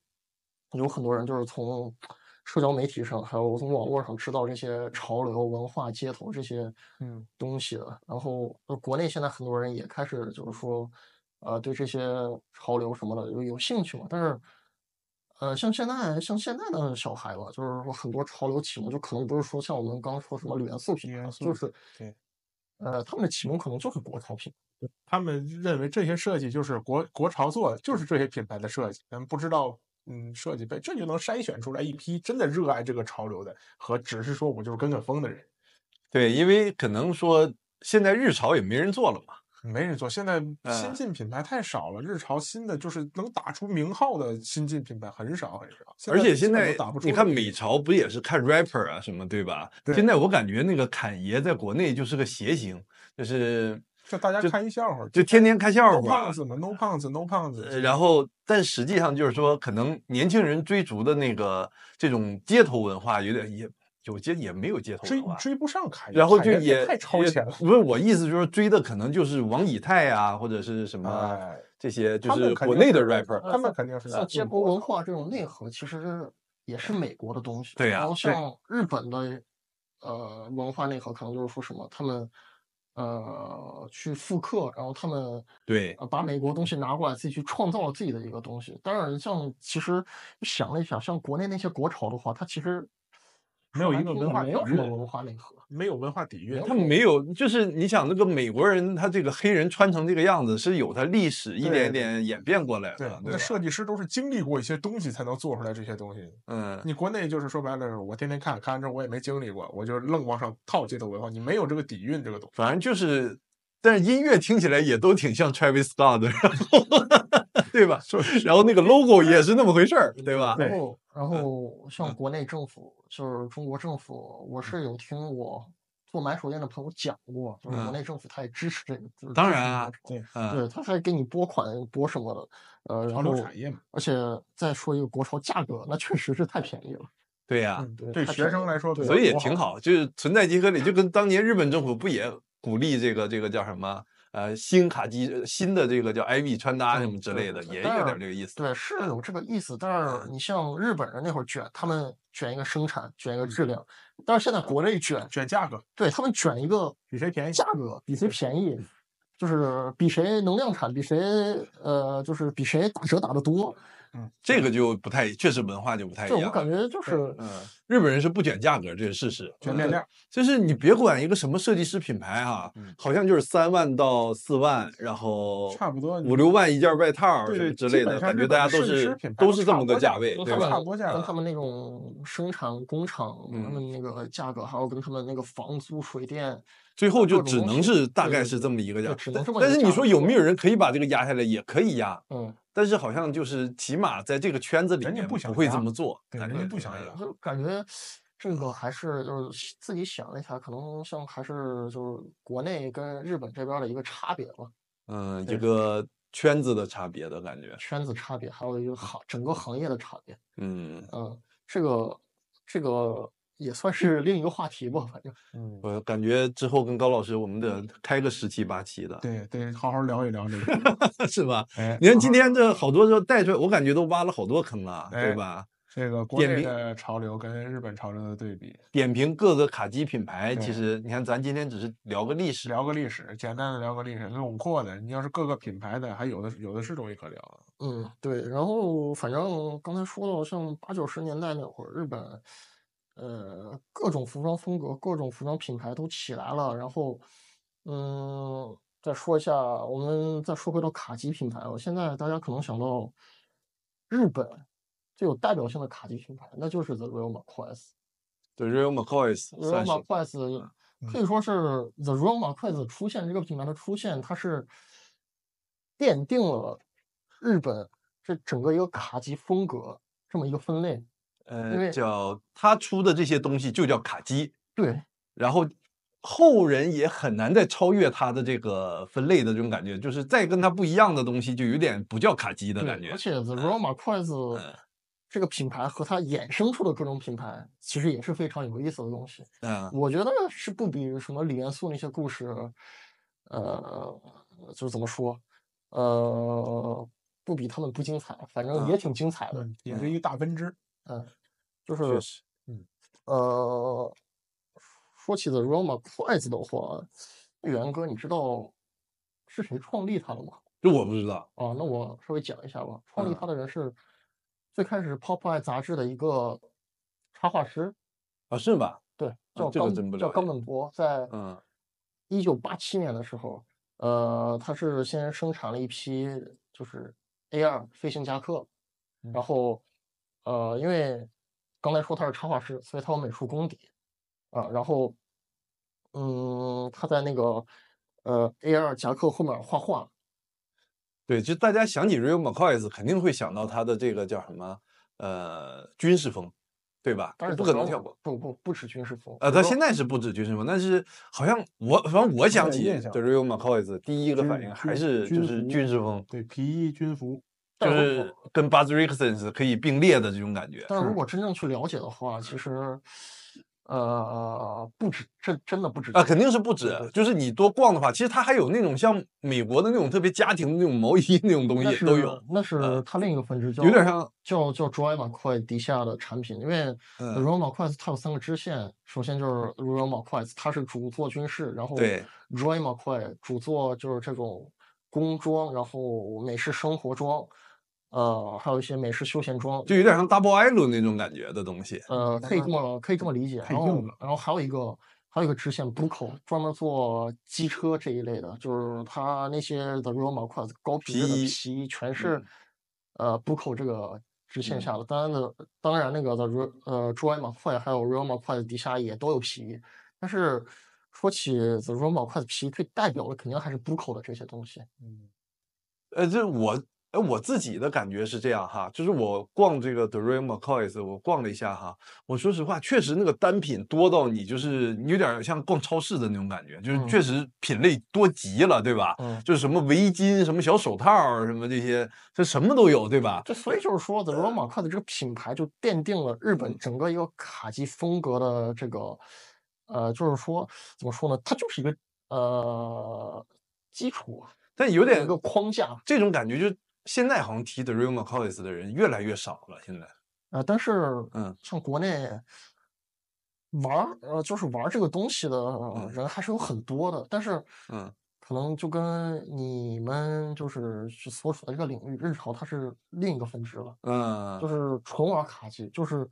C: 有很多人就是从社交媒体上，还有从网络上知道这些潮流文化、街头这些
B: 嗯
C: 东西的。然后呃国内现在很多人也开始就是说，呃，对这些潮流什么的有有兴趣嘛。但是，呃，像现在像现在的小孩吧，就是说很多潮流启蒙，就可能不是说像我们刚说什么元素品
B: 元
C: 牌，
B: 素
C: 就是
B: 对，
C: 呃，他们的启蒙可能就是国潮品。
B: 他们认为这些设计就是国国潮做，的，就是这些品牌的设计，咱们不知道。嗯，设计被这就能筛选出来一批真的热爱这个潮流的，和只是说我就是跟个风的人，
A: 对，因为可能说现在日潮也没人做了嘛，
B: 没人做。现在
A: 嗯
B: 新进品牌太少了，日潮新的就是能打出名号的新进品牌很少很少。
A: 而且
B: 基
A: 现
B: 本
A: 在
B: 都打不出
A: 你
B: 来。
A: 看美潮不也是看 rapper 啊什么对吧？
B: 对
A: 现在我感觉那个侃爷在国内就是个谐星，就是
B: 就大家
A: 就
B: 看一笑话，
A: 就天天看笑
B: no
A: 话
B: 胖，子嘛，no 胖子，no 胖子。
A: 呃然后，但实际上就是说，可能年轻人追逐的那个这种街头文化，有点也有街也没有街头
B: 追
A: 文化，
B: 追不上凯爷，
A: 然后
B: 凯
A: 就
B: 爷
A: 也
B: 太超
A: 也
B: 前了。
A: 不是我意思，就是追的可能就是王以太啊，或者是什么
B: 哎，
A: 这些，嗯就
B: 他们
A: 是
B: 肯
A: 国
B: 定
A: 内的
B: 是
A: rapper。
B: 他们肯定是
C: 像街
B: 嗯
C: 头文化这种内核，其实也是美国的东西。
A: 对呀
C: 然后
A: 对
C: 像日本的呃文化内核，可能就是说什么他们呃去复刻，然后他们
A: 对，
C: 呃把美国东西拿过来，自己去创造了自己的一个东西。当然，像其实想了一想，像国内那些国潮的话，它其实
B: 没有
C: 说
B: 一
C: 难
B: 个
C: 听
B: 文
C: 点
B: 化
C: 没有
B: 底
C: 什么
B: 蕴
C: 文化内核。
B: 没有文化底蕴，
A: 他没有，就是你想那个美国人，他这个黑人穿成这个样子，是有他历史一
B: 对
A: 点
B: 对
A: 点演变过来的，
B: 对
A: 对
B: 吧，
A: 吧
B: 那设计师都是经历过一些东西才能做出来这些东西。
A: 嗯，
B: 你国内就是说白了，我天天看，看完之后我也没经历过，我就愣往上套街头文化，你没有这个底蕴这个东西。
A: 反正就是，但是音乐听起来也都挺像 Travis Scott 的， 然后对吧？然后那个 logo 也是那么回事儿，对吧？
B: 对嗯
C: 然后，然后像国内政府，就是中国政府，
B: 嗯
C: 我是有听我做买手店的朋友讲过，就是国
A: 嗯
C: 内政府他也支持这个，就是
A: 当
C: 支持
A: 然
C: 这个
A: 啊
C: 潮流，
A: 嗯，
C: 对，他还给你拨款拨什么的，呃，
B: 潮
C: 然后
B: 流产业嘛，
C: 而且再说一个国潮价格，那确实是太便宜了，
A: 对呀、
B: 嗯
C: 对
B: 对
C: 它
B: 学
C: 挺
B: 生来说比
C: 对
B: 较
A: 所以也
B: 友
A: 挺好，就是存在即合理，就跟当年日本政府不也鼓励这个这个叫什么呃新卡机新的这个叫 IV 穿搭什么之类的，
C: 对
A: 也
C: 但
A: 有点
C: 是
A: 这个意思。
C: 对，是有这个意思。但是
A: 嗯
C: 你像日本人那会儿卷，他们卷一个生产，卷一
A: 嗯
C: 个质量，但是现在国内卷，
B: 卷价格
C: 对他们卷一个
B: 比谁便宜。
C: 价格比谁便宜，
A: 嗯
C: 就是比谁能量产，比谁呃，就是比谁打折打得多。
A: 这个就不太，确实文化就不太一
C: 这我
A: 样了。
C: 感觉就是
A: 嗯，日本人是不卷价格，这是事实。
B: 卷面
A: 嗯
B: 料，
A: 就是你别管一个什么设计师品牌哈、
B: 嗯
A: 好像就是三万到四万，然后
B: 差不多
A: 五六万一件外套儿
B: 对
A: 什么
B: 对
A: 之
B: 基
A: 类
B: 本
A: 的，
B: 上
A: 感
B: 日
A: 觉
B: 本
A: 大家
B: 的
A: 都
B: 设计
A: 是
B: 师品牌
A: 都
B: 都
A: 是这
B: 差
A: 么
B: 不
A: 个
B: 多
A: 价
B: 价
A: 位，
B: 都
A: 对
B: 差
A: 吧？
B: 不多价
C: 跟
B: 格
C: 他们那种生产工厂，他
A: 嗯
C: 们那个价格，还有跟他们那个房租、水电，
A: 最后就
C: 各种
A: 只
C: 东
A: 能
C: 西
A: 是大
C: 对
A: 概
C: 对
A: 是
C: 对
A: 这么一个价
C: 对只能这么一
A: 但
C: 个
A: 是你
C: 价
A: 说
C: 格
A: 有没有人可以把这个压下来？也可以压，
C: 嗯，
A: 但是好像就是起码在这个圈子里
B: 人家
A: 面
B: 不想
A: 会这
B: 压
A: 么做，
B: 对
A: 感
B: 人家
A: 觉哎
B: 不想压
C: 就感觉这个还是就是自己想了一下，可能像还是就是国内跟日本这边儿的一个差别吧。
A: 嗯，一
C: 对
A: 个圈子的差别的感觉，
C: 圈子差别，还有一个行整个行业的差别。
A: 嗯，
C: 嗯，这个这个也算是另一个话题吧，反正
B: 嗯，
A: 我感觉之后跟高老师我们得开个十期八期的，嗯
B: 对对，好好聊一聊这 个。
A: 是 吧？
B: 哎，
A: 你看今
B: 好
A: 天这好多时候带出来，我感觉都挖了好多坑了，
B: 哎
A: 对吧？
B: 这个国
A: 点
B: 内
A: 评
B: 的潮流跟日本潮流的对比，
A: 点评各个卡机品牌，其
B: 对
A: 实你看咱今天只是聊个历史，
B: 聊个历史，简单的聊个历史，轮廓的，你要是各个品牌的，还有的有的是东西可聊的。
C: 嗯对。然后反正刚才说到，像八九十年代那会儿，日本呃各种服装风格、各种服装品牌都起来了。然后嗯，再说一下，我们再说回到卡其品牌吧。现在大家可能想到日本最有代表性的卡其品牌，那就是 The Real McQueen。
A: 对 Real McCoys 算
C: Real
A: 是
C: McQueen 啊可以说是 The Real McQueen 出现这个品牌的出现，它是奠定了日本这整个一个卡其风格这么一个分类。因
A: 呃
C: 为
A: 叫他出的这些东西就叫卡机，
C: 对，
A: 然后后人也很难再超越他的这个分类的这种感觉，就是再跟他不一样的东西就有点不叫卡机的
C: 对
A: 感觉嗯
C: 而。且 The Real McQueen 这个品牌和它衍生出的各种品牌，其实也是非常有意思的东西。
A: 嗯，
C: 我觉得是不比什么李元素那些故事，呃，就是怎么说，呃，不比他们不精彩，反正也挺精彩的。
B: 嗯，也是一个大分支。
C: 嗯，就
A: 确
C: 是
A: 实，
C: 呃，说起 The Roma 筷子的话，元哥，你知道是谁创立它的吗？
A: 这我不知道。
C: 啊，那我稍微讲一下吧。创立
A: 嗯
C: 它的人是最开始《Pop Eye》杂志的一个插画师，
A: 啊，是吧？
C: 对，
A: 啊
C: 叫
A: 这个
C: 冈、
A: 真不
C: 叫
A: 了
C: 冈
A: 解
C: 本博，在
A: 嗯
C: 一九八七年的时候，呃，他是先生产了一批就是 A 二飞行夹克，
A: 嗯
C: 然后呃，因为刚才说他是插画师，所以他有美术功底啊，然后嗯，他在那个呃 A 二夹克后面画画，
A: 对，就大家想起 Real McCoys，肯定会想到他的这个叫什么？呃，军事风，对吧？
C: 当然
A: 不
C: 就
A: 可
C: 是
A: 能
C: 说
A: 跳过。
C: 不不不止军事服，
A: 呃，他现在是不止军事风，但是好像我反正我想
B: 有
A: 起
B: 印象
A: 对 Real McCoys 第一个反
B: 军
A: 应
B: 军
A: 还是
B: 军
A: 就是
B: 服
A: 军事风，
B: 对，皮衣军服，
A: 就
C: 但是
A: 是嗯跟 Buzz Rixon 是可以并列的这种感觉。
C: 但是如
B: 是
C: 果真正去了解的话，其实呃不止，这真的不止
A: 啊，
C: 军
A: 肯定是不止，就是你多逛的话，其实它还有那种像美国的那种特别家庭的那种毛衣那种东
C: 那
A: 西
C: 是
A: 都有，嗯
C: 那是它另一个分支叫，哦
A: 有点像
C: 叫叫 Dry m a q u i 底下的产品，因为
A: 嗯
C: r o m a q u i 它有三个支线，首先就是 r o m a q u i 它是主做军事，然后
A: 对
C: Dry m a q u i 主做就是这种工装，然后美式生活装，呃，还有一些美式休闲装，
A: 就有点像 Double I 轮那种感觉的东西。
C: 呃，可以这么可以这么理解。
B: 太
C: 然后
B: 硬了
C: 然后还有一个还有一个支线 Buco 专门做机车这一类的，就是它那些的 Real m a q u i 啊高品
A: 皮
C: 质
A: 衣
C: 的皮衣全是呃 Buco 这个支线
A: 嗯
C: 下的。当然的，当然那个的 Real 呃 Joy m a q u i 还有 Real m a q u i 啊底下也都有皮衣，但是。说起 The Real m a q u i 的皮，衣，最代表的肯定还是 Buco 的这些东西。
B: 嗯，
A: 呃，这我呃我自己的感觉是这样哈，就是我逛这个 d o r e m a c o y s 我逛了一下哈，我说实话，确实那个单品多到你就是你有点像逛超市的那种感觉，就是
C: 嗯
A: 确实品类多极了，对吧？
C: 嗯，
A: 就是什么围巾、什么小手套儿、什么这些，这什么都有，对吧？
C: 这所以就是说，The Real m a q u i 的这个品牌就奠定了日本整个一个卡其风格的这个，呃，就是说怎么说呢？它就是一个呃基础，
A: 但有
C: 有
A: 点
C: 一个框架啊、
A: 这种感觉就现在好像提 The Real McCoys 的人越来越少了。现在，
C: 呃但是，
A: 嗯，
C: 像国内玩儿呃就是玩儿这个东西的人还是有很多的，但是
A: 嗯，
C: 可能就跟你们就是是所处的这个领域，日潮它是另一个分支了。
A: 嗯，
C: 就是纯玩卡机，就是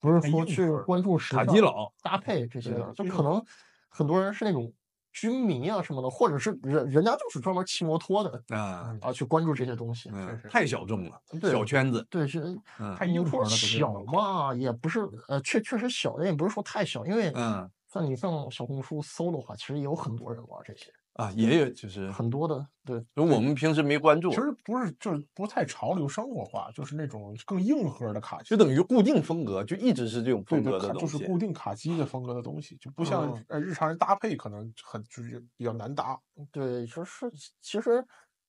C: 不是
B: 太
C: 说
B: 哎硬
C: 去
B: 核儿
C: 关注时
A: 卡
C: 尚
A: 基佬
C: 搭配这些
A: 对
C: 的，就
B: 这
C: 可
B: 种
C: 能很多人是那种军迷啊什么的，或者是人人家就是专门骑摩托的
A: 啊，
C: 啊，去关注这些东西。
A: 嗯
B: 是，
A: 太小众了，
C: 对
A: 小圈子，
C: 对，是
A: 嗯
B: 太
C: 你
B: 硬核
C: 说
B: 了，
C: 小嘛，也不是，呃，确确实小，但也不是说太小，因为
A: 嗯，
C: 像你上小红书搜的话，其实也有很多人玩这些。
D: 啊，也有就是，
C: 很多的，对，
A: 因为我们平时没关注
B: 其，实不是，就是不太潮流生活化，就是那种更硬核的卡
A: 就
B: 机，
A: 等于固定风格，就一直是这种
B: 对
A: 风格
B: 卡
A: 的
B: 就
A: 东
B: 是
A: 西。
B: 固定卡机的风格的东西，就不像
C: 嗯
B: 呃日常人搭配可能很就是比较难搭。
C: 对，就是其实，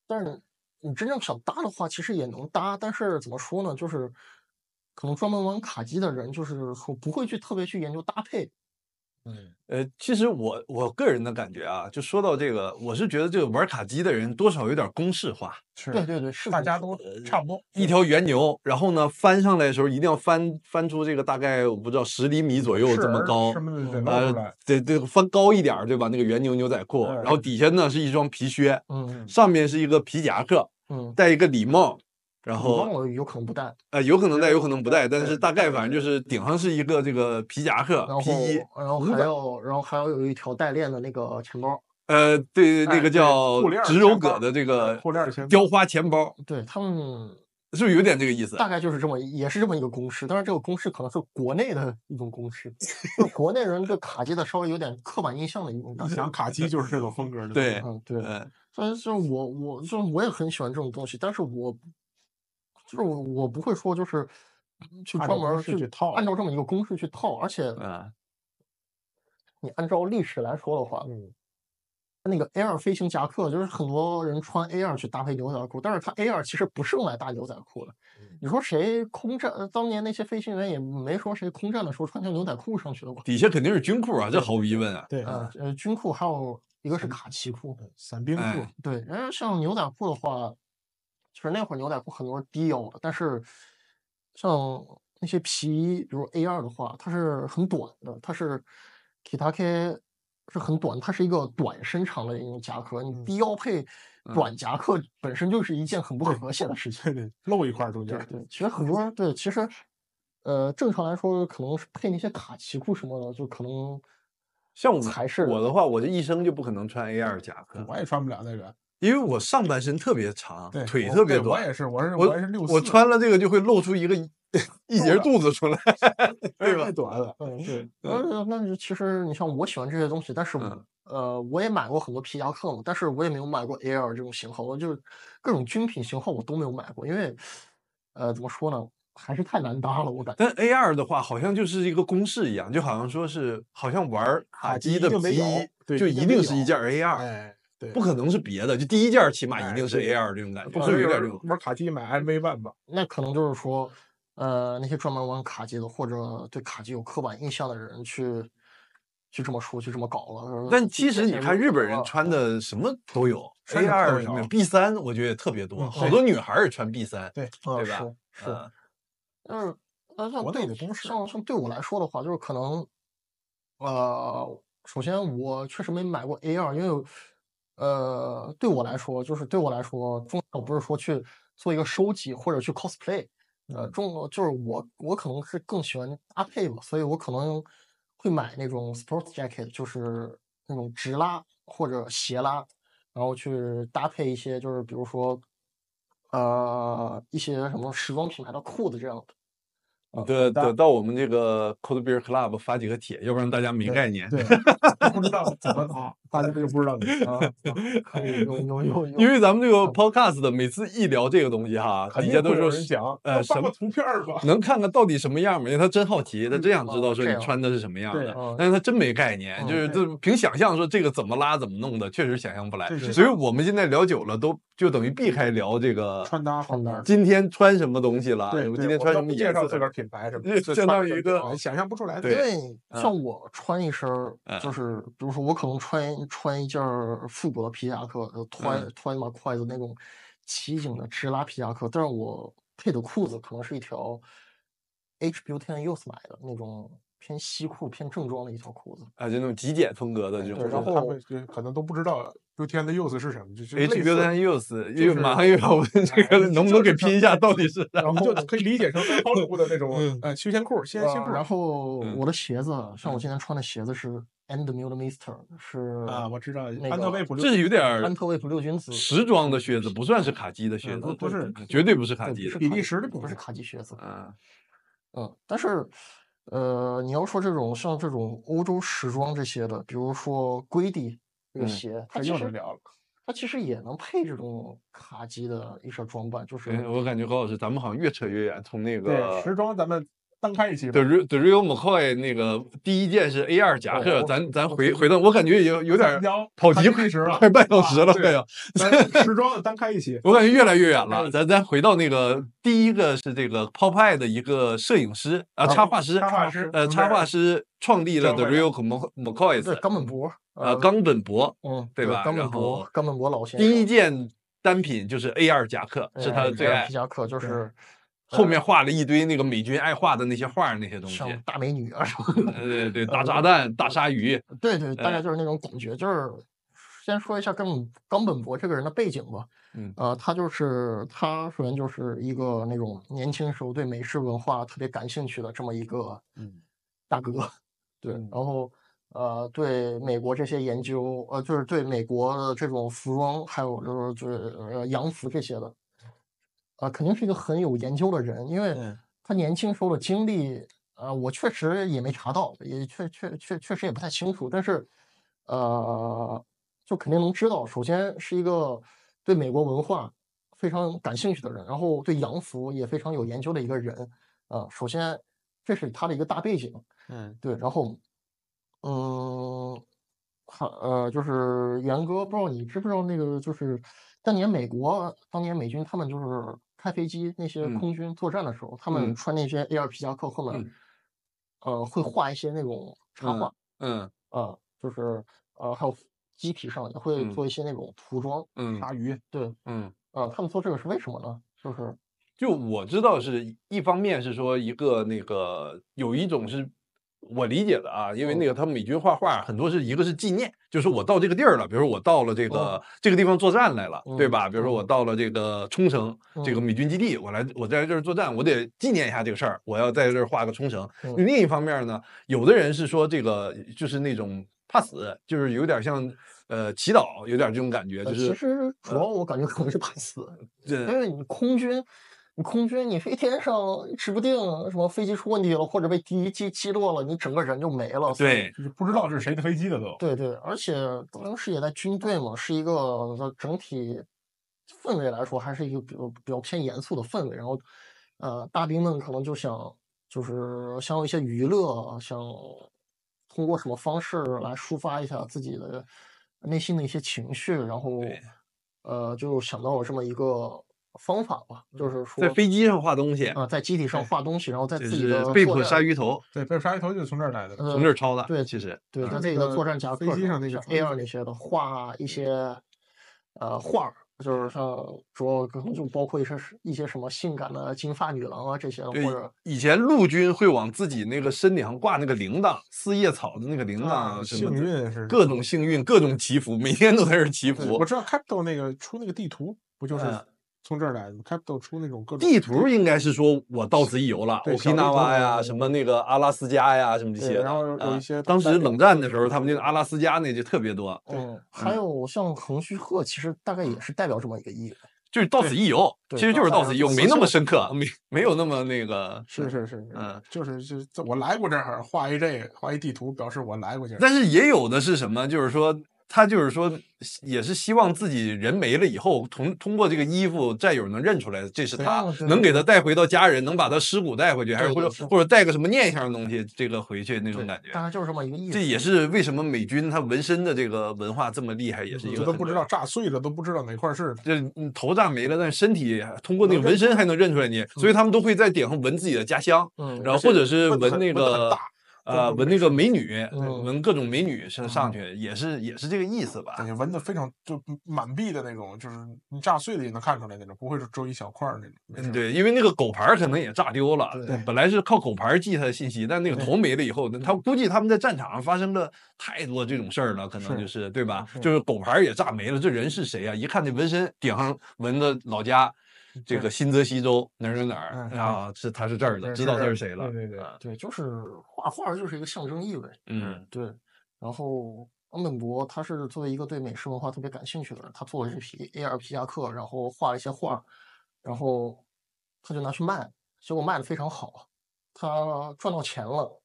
C: 但是你真正想搭的话，其实也能搭，但是怎么说呢，就是可能专门玩卡机的人，就是说不会去特别去研究搭配。
B: 嗯，
A: 呃，其实我我个人的感觉啊，就说到这个，我是觉得这个玩卡机的人多少有点公式化，
B: 是
C: 对对对，是
B: 大
C: 的
B: 家
C: 是
B: 都
C: 的
A: 呃
B: 差不多。
A: 一条原牛，然后呢翻上来的时候一定要翻翻出这个大概我不知道十厘米左右
B: 是
A: 这么
B: 儿
A: 高
B: 什。么的得露出
A: 呃
B: 来，，
A: 对对，翻高一点儿，对吧？那个原牛牛仔裤，
B: 哎
A: 然后底下呢是一双皮靴，
C: 嗯
A: 上面是一个皮夹克，
C: 嗯，
A: 戴一个礼帽，然
C: 我忘
A: 后
C: 了有可能不带，
A: 呃，有可能戴，有可能不戴，但是
B: 对
A: 大概反正就是顶上是一个这个皮夹克
C: 然后
A: 皮衣，
C: 然后还要然后还要有一条带链的那个钱包，
A: 呃，对，那
B: 哎
A: 个
B: 对
A: 叫
B: 裤链儿
A: 植鞣
B: 钱
A: 葛
B: 包
A: 的这个
B: 裤链儿钱包
A: 雕花钱包，
C: 对他们
A: 是不是有点这个意思？啊
C: 大概就是这么也是这么一个公式，但是这个公式可能是国内的一种公式，就国内人对卡机的稍微有点刻板印象的一种感
B: 一
C: 觉。
B: 想卡机就是这种风格的。
A: 对
C: 嗯，对。
A: 嗯，
C: 但是我我就是我也很喜欢这种东西，但是我就是我我不会说就是去
B: 按
C: 专
B: 照公
C: 门儿
B: 式去套
C: 按照这么一个公式去套，而且
A: 啊，
C: 你按照历史来说的话，
B: 嗯，
C: 那个 Air 飞行夹克就是很多人穿 Air 去搭配牛仔裤，但是它 Air 其实不是用来搭牛仔裤的。
B: 嗯
C: 你说谁空战？呃当年那些飞行员也没说谁空战的时候穿条牛仔裤上去的过。
A: 底下肯定是军裤啊，这毫无疑问啊。
B: 对，
C: 呃呃，军裤还有一个是卡其裤，
B: 伞兵
A: 哎
B: 裤，
C: 对，然后像牛仔裤的话，其实那会儿牛仔裤很多是低腰的，但是像那些皮衣，比如 A 二的话，它是很短的，它是 Kitake 是很短，它是一个短身长的一种夹克，你
B: 嗯
C: 低腰配短夹克本身就是一件很不和谐的事情。
B: 对对，露一块儿中间
C: 对
B: 儿。
C: 对，其实很多人对，其实呃，正常来说，可能是配那些卡其裤什么的，就可能
A: 像我
C: 才是
A: 我的话，我这一生就不可能穿 A 二夹克，
B: 我也穿不了那个，
A: 因为我上半身特别长
B: 对，，
A: 腿
B: 我
A: 特别
B: 对我
A: 短。
B: 也是，我是
A: 我
B: 也是六四，
A: 我穿了这个就会露出一个 一截肚子出来，对吧
B: 太？短了。
C: 嗯，对，呃，那就其实你像我喜欢这些东西，但是我、
A: 嗯
C: 呃，我也买过很多皮夹克嘛，但是我也没有买过 Air 这种型号，我就是各种军品型号我都没有买过，因为呃，怎么说呢，还是太难搭了，我感觉。
A: 但 A 二的话，好像就是一个公式一样，就好像说是好像玩儿卡
B: 卡
A: 机
B: 机
A: 的
B: 一定得
A: 皮
B: 有
A: 衣，
B: 对
A: 就
B: 一定
A: 一
B: 得
A: 定是一
B: 有
A: 件 A 二，
B: 哎，对，
A: 不可能是别的，就第一件起码一
B: 哎
A: 定是
B: 对
A: A 二这种感觉，是
B: 不可
A: 不
B: 能
A: 是有
B: 有
A: 点这
B: 人
A: 种？
B: 玩卡机买 MV One 吧？
C: 那可能就是说，呃，那些专门玩卡机的或者对卡机有刻板印象的人去去这么说，去这么搞
B: 嗯
C: 了。呃
A: 但其实你看日本人
C: 穿。
A: 穿的什么都有
B: 穿
A: ，A
B: 什么都
A: 二
B: 有
A: 什么 B 三，我觉得也特别多，
B: 嗯
A: 好
B: 对
A: 多女孩儿也穿 B 三，
B: 对
C: 啊，
A: 对吧
C: 是是
A: 嗯，
C: 但是呃，像
B: 国
C: 对
B: 内的公式
C: 像像对我来说的话，就是可能，呃，首先我确实没买过 A 二，因为呃，对我来说，就是对我来说，重要不是说去做一个收集或者去 cosplay，呃，重要就是我我可能是更喜欢搭配吧，所以我可能会买那种 sports jacket，就是那种直拉或者斜拉，然后去搭配一些就是比如说。呃，一些什么时装品牌的裤子这样的，
A: 得得到我们这个 Cold Beer Club 发几个帖，要不然大家没概念。
B: 对，不知道怎么搭， 大家就不知道你
C: 啊，可以有有 有有，
A: 因为咱们这个 podcast 的每次一聊这个东西哈，
B: 嗯肯
A: 底
B: 定
A: 下都
B: 会有
A: 说
B: 人讲，
A: 呃
B: 那
A: 什
B: 放
A: 么
B: 个图片儿吧。
A: 能看看到底什么样嘛，因为他真好奇，
B: 嗯
A: 他真想知道
C: 哦
A: 说
C: 这
A: 你
C: 样
A: 穿的是什么样
B: 对哦
A: 的
C: 哦，
A: 但是他真没概念，
C: 嗯
A: 就是
B: 对
A: 这凭想象说这个怎么拉怎么弄的，确实想象不来
B: 对。是
A: 所以我们现在聊久了，都就等于避开聊这个
B: 穿搭方面儿，
A: 今天穿什么东西了，
B: 对，
A: 我们
B: 对
A: 今天
B: 我
A: 穿
B: 倒
A: 什么
B: 不
A: 颜
B: 介绍
A: 色
B: 自个
A: 的
B: 儿。品牌什么
A: 这
B: 的，就
A: 相
B: 穿
A: 当于
B: 什么
A: 一个
B: 哦想象不出来的。
A: 对
C: 因为
A: 嗯
C: 像我穿一身儿
A: 嗯，
C: 就是比如说我可能穿穿一件儿复古的皮夹克，呃
A: 嗯
C: 穿穿一把筷子那种骑警的直拉皮夹克，但是我配的裤子可能是一条 H Beauty and Youth 买的那种偏西裤偏正装的一条裤子。
A: 啊，就那种极简风格的这种
C: 对
A: 是
B: 对，
A: 吧。
B: 然
C: 然
B: 后
C: 后
B: 他们就可能都不知道 Beauty and the Youth 是什么，就就
A: H
B: 类
A: B
B: 似
A: N Youth，因为
B: 就是
A: 马上又要问这
B: 哎
A: 个，能不能给拼一下到底是啥？
B: 然后就可以理解成三号裤的那 种呃休闲裤、休
A: 啊
B: 闲西
C: 呃
B: 裤。
C: 然后
A: 嗯
C: 我的鞋子，像我今天穿的鞋子是 End m u l e Mister，是
B: 啊，我知道
C: 那
B: 安特
C: 个
B: 卫普六
A: 这有点
C: 安
A: 儿
C: 特卫普六君子
A: 时装的靴子，不算是卡机的靴
B: 嗯
A: 子，
B: 不不是
A: 绝对不是卡
C: 对
A: 机
C: 不是
A: 的。
B: 比
C: 卡
B: 利
C: 其
B: 时的
C: 不
B: 品
C: 是
B: 牌
C: 卡其靴子，
A: 嗯，
C: 嗯，但是，呃，你要说这种像这种欧洲时装这些的，比如说龟地，这
A: 嗯
C: 个鞋，它
B: 这
C: 其
B: 哎又
C: 实
B: 能聊了。
C: 它其实也能配这种卡机的一身装扮，就是
A: 哎我感觉何老师，咱们好像越扯越远，从那
B: 对，时
A: 个
B: 装咱们单开一期吧
A: The。Real The Real McCoy 那个第一件是 A 二夹克，
C: 哦
A: 咱咱回回到，我感觉有有点
B: 聊
A: 跑题
B: 快时了，
A: 快半小时了，啊快
B: 对
A: 要。。
B: 咱时装的单开一期
A: 我感觉越来越远了。咱咱回到那个第一个是这个 Popeye 的一个摄影师 啊，插画师，
B: 插画师
A: 呃，插画师创立了
B: 张
A: The
B: 惠
A: Real Mc-
C: 对
A: McCoys，
C: 冈本博，
A: 呃，冈本博
C: 嗯，
A: 对吧
C: 冈本
A: 然
C: 博
A: 后，
C: 冈本博老先生，哎
A: 第一件单品就是 A 二夹克，是他的最爱
C: 皮。夹克就是
A: 后面画了一堆那个美军爱画的那些画儿那些东西，
C: 像大美女啊什么的，
A: 呃对 对，大炸弹、大鲨鱼，
C: 对对，
B: 呃
C: 大概就是那种感觉。就是先说一下冈本冈本博这个人的背景吧。
A: 嗯
C: 呃，他就是他首先就是一个那种年轻时候对美式文化特别感兴趣的这么一个
B: 嗯
C: 大哥，对，
A: 嗯
B: 哦
C: 然后呃对美国这些研究，呃就是对美国的这种服装还有就是就是呃洋服这些的，呃肯定是一个很有研究的人，因为
B: 嗯
C: 他年轻时候的经历，呃我确实也没查到，也确确确确实也不太清楚，但是呃就肯定能知道，首先是一个对美国文化非常感兴趣的人，然后对洋服也非常有研究的一个人。啊，首先这是他的一个大背景，
B: 嗯，
C: 对，然后，嗯，还呃，就是元哥，不知道你知不知道那个，就是当年美国当年美军他们就是开飞机那些
A: 嗯
C: 空军作战的时候，他们
A: 嗯
C: 穿那些 A 二皮夹克后面，
A: 嗯
C: 呃，会画一些那种插
A: 嗯
C: 画
A: 嗯
C: 啊、就是呃，还有机体上也会
A: 嗯
C: 做一些那种涂装，
A: 嗯
B: 鲨鱼，
C: 对，
A: 嗯。
C: 啊、他们做这个是为什么呢？就是
A: 就我知道是一方面是说一个那个有一种是我理解的啊，因为
C: 嗯
A: 那个他们美军画画很多是一个是纪念，就是我到这个地儿了，比如说我到了这个、
C: 嗯
A: 这个地方作战来了，对
C: 嗯
A: 吧？比如说我
C: 嗯
A: 到了这个冲绳、这个
C: 嗯
A: 美军基地，我来我在这儿作战，我得纪念一下这个事儿，我要在这儿画个冲绳。
C: 嗯
A: 另一方面呢，有的人是说这个就是那种怕死，就是有点像呃祈祷，有点这种感觉，
C: 呃
A: 就
C: 其
A: 是
C: 实主要我感觉可能是怕死，
A: 这
C: 因为你空军，你空军你飞天上，指不定什么飞机出问题了，或者被敌机击落了，你整个人就没了。所以
A: 对
B: 你不知道这是谁的飞机的都。
C: 对对，而且当时也在军队嘛，是一个整体氛围来说，还是一个比较比较偏严肃的氛围。然后，呃，大兵们可能就想，就是想有一些娱乐，想通过什么方式来抒发一下自己的内心的一些情绪，然后，呃，就想到了这么一个方法吧，就是说
A: 在飞机上画东西，
C: 啊、在机体上画东西，然后在
A: 这
C: 自己
A: 是
C: 的
A: 被
C: 作
A: 迫
C: 战
A: 鲨鱼头。
B: 对，贝尔鲨鱼头就是从这儿来的。
C: 呃
A: 从这儿
B: 嗯
A: 抄的。
C: 对
A: 其实
C: 对，
B: 它
C: 他
B: 那
C: 自己的
B: 啊个
C: 作战夹
B: 飞
C: 克
B: 机上那个
C: ，A
B: 装
C: 二那些的画啊一些呃画儿，就是像主要可能就包括一些是一些什么性感的金发女郎啊这些的，或
A: 对
C: 者，
A: 以前陆军会往自己那个身顶上挂那个铃铛，四叶草的那个铃
B: 啊
A: 铛，什
B: 幸
A: 么的，
B: 运是
A: 各种幸运，各种祈福，每天都在这儿祈
B: 对
A: 福
B: 我。知道 Capital 那个出那个地图不就是
A: 嗯
B: 从这儿来的吗？Capital 出那种各种
A: 地图应该是说我到此一游了，
B: 对
A: 我
B: 小
A: 皮
B: 地
A: 纳
B: 图
A: 瓦呀，什么那个阿拉斯加呀，什么这
B: 对
A: 些的。
B: 然后有有
A: 啊
B: 一些
A: 当时
B: 单列
A: 冷战的时候，他们那个阿拉斯加那就特别多，
C: 嗯，还有像横须贺，其实大概也是代表这么一个意思。
A: 就是到此一游，其
C: 对
A: 实就是
C: 当
A: 到
C: 时
A: 此一游，
C: 就
A: 没那么深刻，没没有那么那个。
B: 是是是，
A: 嗯，
B: 就是就是这我来过这儿，画一这个，画一地图，表示我来过这儿。
A: 但是也有的是什么，就是说他就是说也是希望自己人没了以后，通通过这个衣服战友能认出来，这是
C: 对
A: 他
C: 哦，对
A: 能
C: 对
A: 给他带回到家人，能把他尸骨带回去，还是
C: 对
A: 或者
C: 对是
A: 或者带个什么念想的东西，这个回去那
C: 对
A: 种感，觉
C: 大。概就是这么一个意思。
A: 这也是为什么美军他纹身的这个文化这么厉害，也
C: 嗯
A: 是一
B: 这
A: 个
B: 都
A: 很
B: 不知道，炸碎了都不知道哪块儿是的。
A: 就是你头炸没了，但是身体通过那个
C: 能
A: 纹
C: 认出
A: 身还能认出来你，所以他们都会在顶上纹自己的家乡，
C: 嗯，
A: 然后或者是
B: 纹得
A: 纹
B: 很
A: 那
B: 纹得很
A: 个
B: 大
A: 呃纹那个美女，
C: 嗯
A: 纹各种美女上上去，也是也是这个意思吧
B: 感？觉纹的非常就满壁的那种，就是你炸碎的也能看出来那种，不会是只有一小块儿那种。没事
A: 嗯，，对，因为那个狗牌儿可能也炸丢了，
C: 对
A: 本来是靠狗牌儿记他的信息，但那个头没了以后，他估计他们在战场上发生了太多这种事儿了，可能
B: 是
A: 就是对吧？就是狗牌儿也炸没了，这人是谁呀、啊一看这纹身顶上纹的老家，这个新泽西州哪儿哪儿哪
B: 嗯
A: 儿
B: 对
A: 啊，是他是这儿的，知道他是谁了，
B: 对对对，
A: 啊
C: 对，就是画画就是一个象征意味。
A: 嗯
C: 对，然后冈本博他是作为一个对美式文化特别感兴趣的人，他做了这批 A 二皮夹克，然后画了一些画，然后他就拿去卖，结果卖的非常好，他赚到钱了，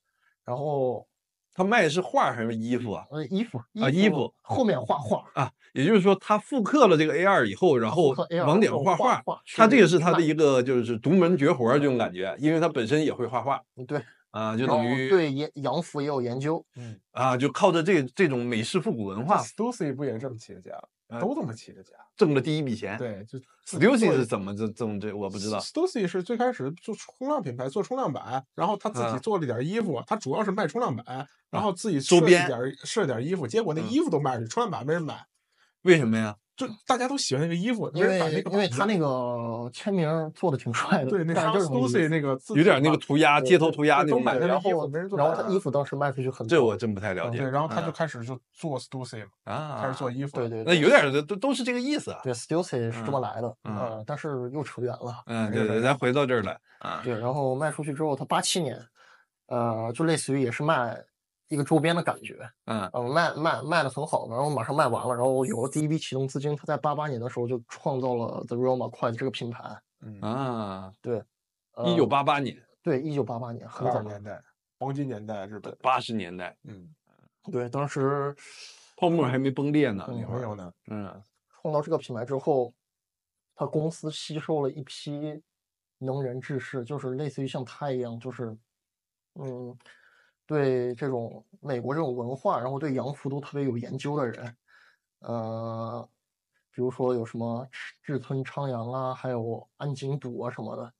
C: 然后
A: 他卖的是画还是衣服啊？
C: 呃，衣服
A: 啊衣服
C: 后面画画，
A: 啊，也就是说，他复刻了这个 A 二以后，然后
C: 复刻 A2
A: 网点
C: 然后
A: 画
C: 画
A: 画
C: 画，去
A: 他这个是他的
C: 卖
A: 一个就是独门绝活儿这种感觉，因为他本身也会画画
C: 对，
A: 啊，就
C: 然
A: 等
C: 后
A: 于
C: 哦对洋洋服也有研究，
B: 嗯，
A: 啊，就靠着这这种美式复古文化
B: Stussy 不也是这么起的家？
A: 呃
B: 都这么起的家。
A: 挣了第一笔钱。
B: 对，就
A: Stussy 是怎么这这么这我不知道
B: Stussy 是最开始做冲浪品牌，做冲浪板，然后他自己
A: 嗯
B: 做了点衣服，他主要是卖冲浪板，然后自己
A: 周
B: 设计
A: 边
B: 点儿设计点儿衣服，结果那
A: 嗯
B: 衣服都卖出去，冲浪板没人买，
A: 为什么呀？
B: 就大家都喜欢那个衣服，没
C: 因
B: 人买
C: 为
B: 那个
C: 因为
B: 板
C: 他
B: 子
C: 那个签名儿做的挺 帅的，
B: 对那
C: 但
B: 啥
C: 是就是没意
B: Stussy
C: 思
B: 那个自
A: 有点
B: 己
A: 那个
B: 把
A: 涂鸦，街头涂鸦那
B: 对都
A: 种
B: 买
A: 感
B: 那
A: 觉
B: 个
C: 然
B: 衣服
C: 后
B: 没人做
C: 然后
B: 版
C: 他
B: 的
C: 衣服当时卖出去很多，
A: 这我真不太了解。
B: 对，然后他就
A: 嗯
B: 开始就做 Stussy 嘛，
A: 啊，
B: 开始做衣服，
C: 对对
A: 那
C: 对
A: 有点儿都都是这个意思啊。
C: 对 Stussy 是这么
A: 嗯
C: 来的，
A: 嗯
C: 呃，但是又扯远了，
A: 嗯，
B: 没
A: 对
B: 事
A: 对，咱回到这儿来啊。
B: 嗯
C: 对，然后卖出去之后，他八七年，呃，就类似于也是卖一个周边的感觉，
A: 嗯
C: 呃，卖卖卖的很好，然后马上卖完了，然后有了第一笔启动资金，他在八八年的时候就创造了 The Real m c q u i 这个品牌，
B: 嗯，
A: 啊，
C: 呃
A: 一九嗯八八年，
C: 对一九八八年很
B: 二
C: 早
B: 十，年代黄金年代日本，
A: 八十年代
B: 嗯，
C: 对，当时
A: 泡沫还没崩裂呢，
C: 嗯
A: 那会
B: 没
A: 儿
B: 有呢，
A: 嗯
C: 创造这个品牌之后，他公司吸收了一批能人志士，就是类似于像他一样，就是嗯，对这种美国这种文化，然后对洋服都特别有研究的人，呃，比如说有什么赤志村昌阳啊，还有安井笃啊什么的，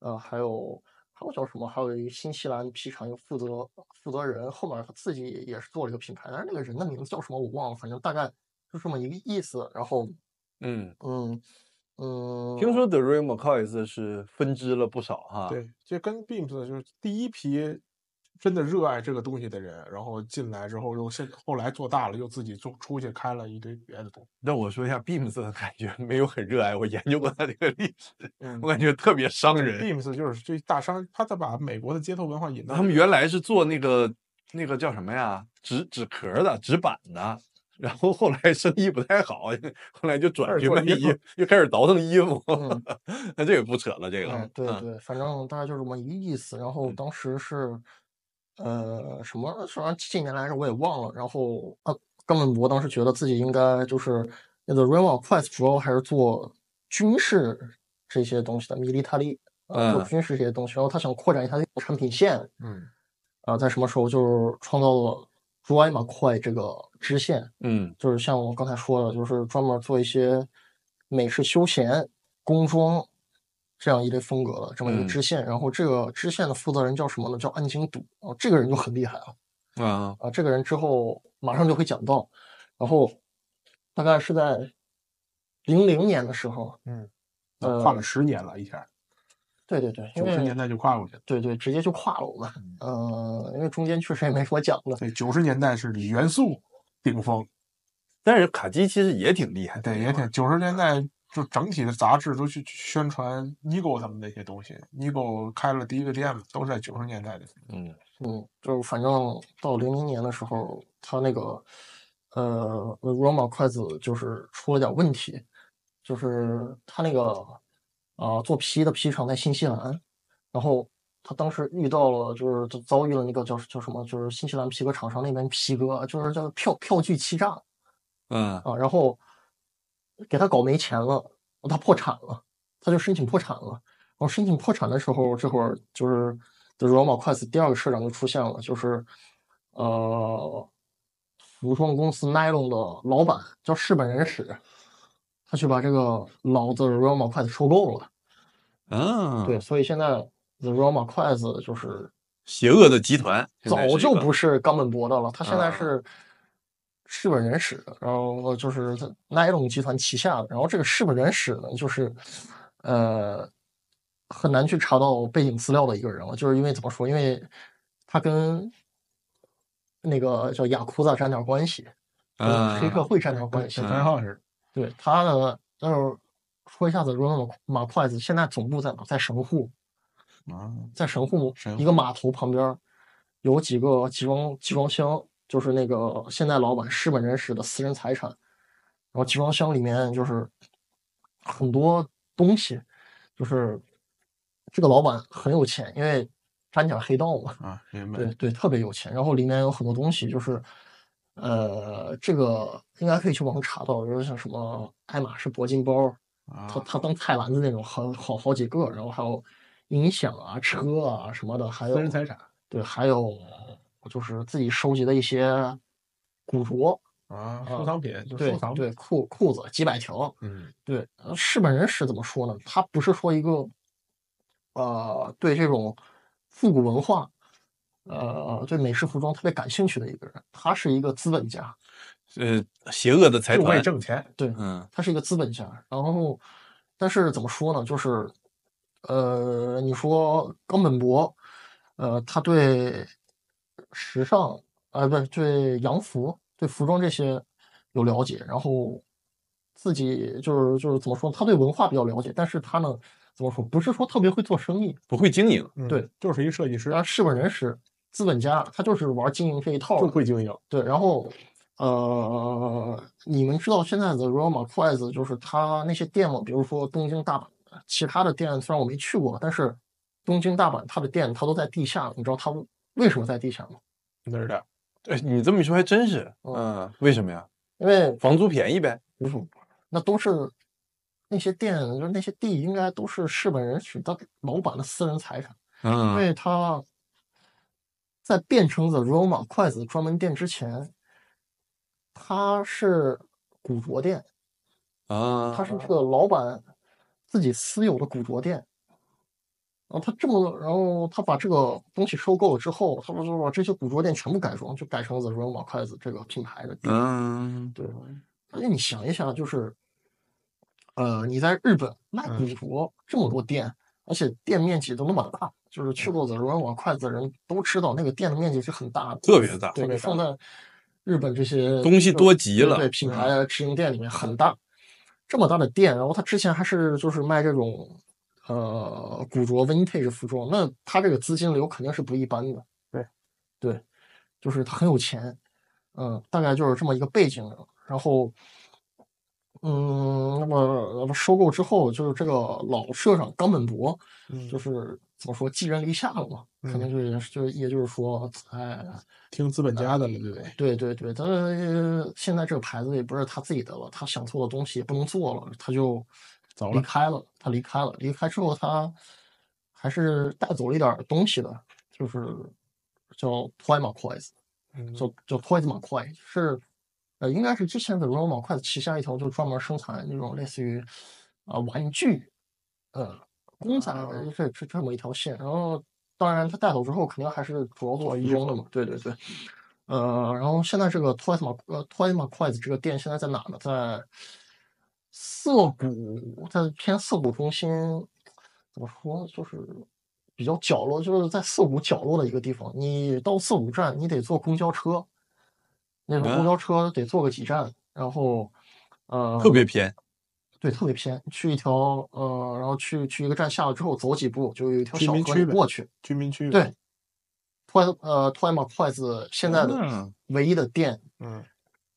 C: 呃，还有。还有叫什么？还有一个新西兰皮厂一个负责负责人，后面他自己也是做了一个品牌，但是那个人的名字叫什么我忘了，反正大概就这么一个意思。然后，
A: 嗯。
C: 嗯嗯，
A: 听说 The r a y m c c o y s 是分支了不少哈。
B: 对，这跟 Beams 就是第一批真的热爱这个东西的人，然后进来之后又现后来做大了，又自己做出去开了一堆别的东西。
A: 但我说一下 Beams 的感觉， 没有很热爱。我研究过他这个历史，
B: 嗯
A: 我感觉特别伤人。
B: Beams 就是这大商，他在把美国的街头文化引到
A: 他们原来是做那个那个叫什么呀，纸纸壳儿的、纸板的，然后后来生意不太好，后来就
B: 开
A: 转
B: 始
A: 去
B: 做
A: 卖
B: 衣
A: 衣
B: 服，
A: 又开始倒腾衣服
C: 嗯。
A: 那这个不扯了，这
C: 哎
A: 个
C: 对
A: 嗯
C: 对，反正大概就这么一个意思。然后当时是，呃，什么什么近年来着我也忘了。然后啊，冈本博当时觉得自己应该就是那个 r a m o Quest 主要还是做军事这些东西的，米利塔利啊，做
A: 嗯
C: 军事这些东西。然后他想扩展一下他的产品线
B: 嗯，
C: 啊，在什么时候就是创造了 r a m o Quest 这个支线。
A: 嗯
C: 就是像我刚才说的，就是专门做一些美式休闲、工装这样一类风格的这么一个
A: 嗯
C: 支线。然后这个支线的负责人叫什么呢？叫安井笃。哦，这个人就很厉害啊！
A: 啊
C: 啊，这个人之后马上就会讲到。然后大概是在零零年的时候，呃
B: 跨了十年了，一下
C: 对对对，因
B: 九十年嗯
C: 为
B: 代就跨过去了。
C: 对对，直接就跨了我们。呃，因为中间确实也没什么讲的。
B: 对，九十年代是李元素顶峰，
A: 但是卡基其实也挺厉害的，
B: 对，也挺九十年代就整体的杂志都去去宣传 Nigo 他们那些东西，Nigo 开了第一个店嘛，都是在九十年代的。
A: 嗯
C: 嗯，就是反正到零零年的时候，他那个呃，Roma 筷子就是出了点问题，就是他那个啊、做皮的皮厂在新西兰，然后他当时遇到了就是就遭遇了那个叫叫什么，就是新西兰皮革厂商那边皮革就是叫票票据欺诈
A: 嗯
C: 啊，然后给他搞没钱了，他破产了，他就申请破产了。然后申请破产的时候，这会儿就是就是 Roma Quest 第二个社长就出现了，就是呃，服装公司 Nylon 的老板叫世本人史，他去把这个老的 Roma Quest 收购了。
A: 啊，
C: 对，，所以现在 The Roma Quest 就是
A: 邪恶的集团现在
C: 早
A: 是一
C: 就
A: 个
C: 不是冈本博的了，他现在
A: 啊
C: 是世本人史，然后就是在奈龙集团旗下的。然后这个世本人史呢，就是呃很难去查到背景资料的一个人了，就是因为怎么说，因为他跟那个叫雅库萨沾点关系，跟
A: 啊
C: 黑社会沾点关
B: 跟
C: 系
B: 小。陈浩是
C: 对他呢，就是说一下子，罗马马筷子现在总部在哪？在神户。
B: 啊，
C: 在神户
B: 神
C: 一个码头旁边儿有几个集装集装箱，就是那个现代老板石本真史的私人财产。然后集装箱里面就是很多东西，就是这个老板很有钱，因为沾点黑 道嘛，
B: 啊，明白。
C: 对对，特别有钱。然后里面有很多东西，就是呃，这个应该可以去网上查到，就是像什么爱马仕铂金包，
B: 啊，
C: 它它当菜篮子那种，好好好几个，然后还有音响啊、车啊什么的，还有
B: 私人财产
C: 对，还有就是自己收集的一些古着，
B: 啊，
C: 啊
B: 收藏品就
C: 对
B: 收藏品。
C: 对，裤裤子几百条，
B: 嗯
C: 对，呃日本人是怎么说呢？他不是说一个，呃，对这种复古文化，呃，对美式服装特别感兴趣的一个人，他是一个资本家，
A: 呃，邪恶的财
B: 就为
A: 团，
B: 挣钱，
C: 对，
A: 嗯
C: 他是一个资本家。然后，但是怎么说呢？就是，呃，你说冈本博，呃，他对时尚，呃，不是对洋服、对服装这些有了解，然后自己就是就是怎么说呢？他对文化比较了解，但是他呢，怎么说？不是说特别会做生意，
A: 不会经营，
B: 嗯
C: 对，
B: 就是一设计师
C: 然，后日本人是资本家，他就是玩经营这一套
B: 就
C: 的，
B: 会经营。
C: 对，然后呃，你们知道现在的 Roma q u i z 就是它那些店嘛，比如说东京、大阪，其他的店虽然我没去过，但是东京、大阪它的店它都在地下，你知道它为什么在地下吗？
B: 那是的，
E: 哎，你这么一说还真是，
C: 嗯
E: 嗯，
A: 啊
E: 为什么呀？
C: 因为
E: 房租便宜呗。
C: 那都是那些店，就是那些地应该都是日本人取当老板的私人财产，因
A: 嗯
C: 为它在变成 The Roma q u i z 专门店之前，它是古着店。
A: 啊
C: 他，是这个老板自己私有的古着店。然后他这么，然后他把这个东西收购了之后，他不是把这些古着店全部改装，就改成 The Roma 筷子这个品牌的店。
A: 嗯，
C: 对，而且你想一想，就是，呃，你在日本卖古
A: 嗯
C: 着这么多店，而且店面积都那么大，就是
A: 嗯
C: 去过 The Roma 筷子的人都知道，那个店的面积是很大的，
A: 特别大，
C: 对，
B: 特别
C: 你
B: 大
C: 放在日本这些
A: 东西
C: 就
A: 多极
C: 对
A: 了嗯
C: 对品牌啊直营店里面很大，这么大的店，然后他之前还是就是卖这种呃古着 vintage 服装，那他这个资金流肯定是不一般的，
B: 对
C: 对，就是他很有钱，嗯，大概就是这么一个背景，然后。嗯，那么那么收购之后，就是这个老社长冈本博，
B: 嗯就
C: 就
B: 是
C: 怎么说寄人篱下了嘛，肯
B: 嗯
C: 定就是也是就是也就是说，哎，
B: 听资本家的了，对不对？
C: 对对对，但是现在这个牌子也不是他自己的了，他想做的东西也不能做了，他就
B: 走
C: 离
B: 了
C: 开了。他离开了，离开之后他还是带走了一点儿东西的，就是叫 Toy m a c o i s
B: 嗯
C: 叫叫 Toy m a c o i 是呃应该是之前的 r o m a c o i 旗下一条就专门生产那种类似于啊、呃玩具呃公仔
B: 啊
C: 的这这这么一条线，然后当然他带走之后肯定还是主要做
B: 嗯
C: 服装的嘛，对对对。呃，然后现在这个 Twice 马呃 Twice 马筷子这个店现在在哪呢？在涩谷，在偏涩谷中心，怎么说就是比较角落，就是在涩谷角落的一个地方。你到涩谷站，你得坐公交车，那种
A: 嗯
C: 公交车得坐个几站，然后呃，
A: 特别偏，
C: 对，特别偏，去一条呃，然后去去一个站下了之后，走几步就有一条
B: 居
C: 小
B: 民
C: 河，
B: 区
C: 你
B: 呗
C: 过去。
B: 居民区
C: 对，托呃托马筷子现在的
A: 嗯
C: 唯一的店
B: 嗯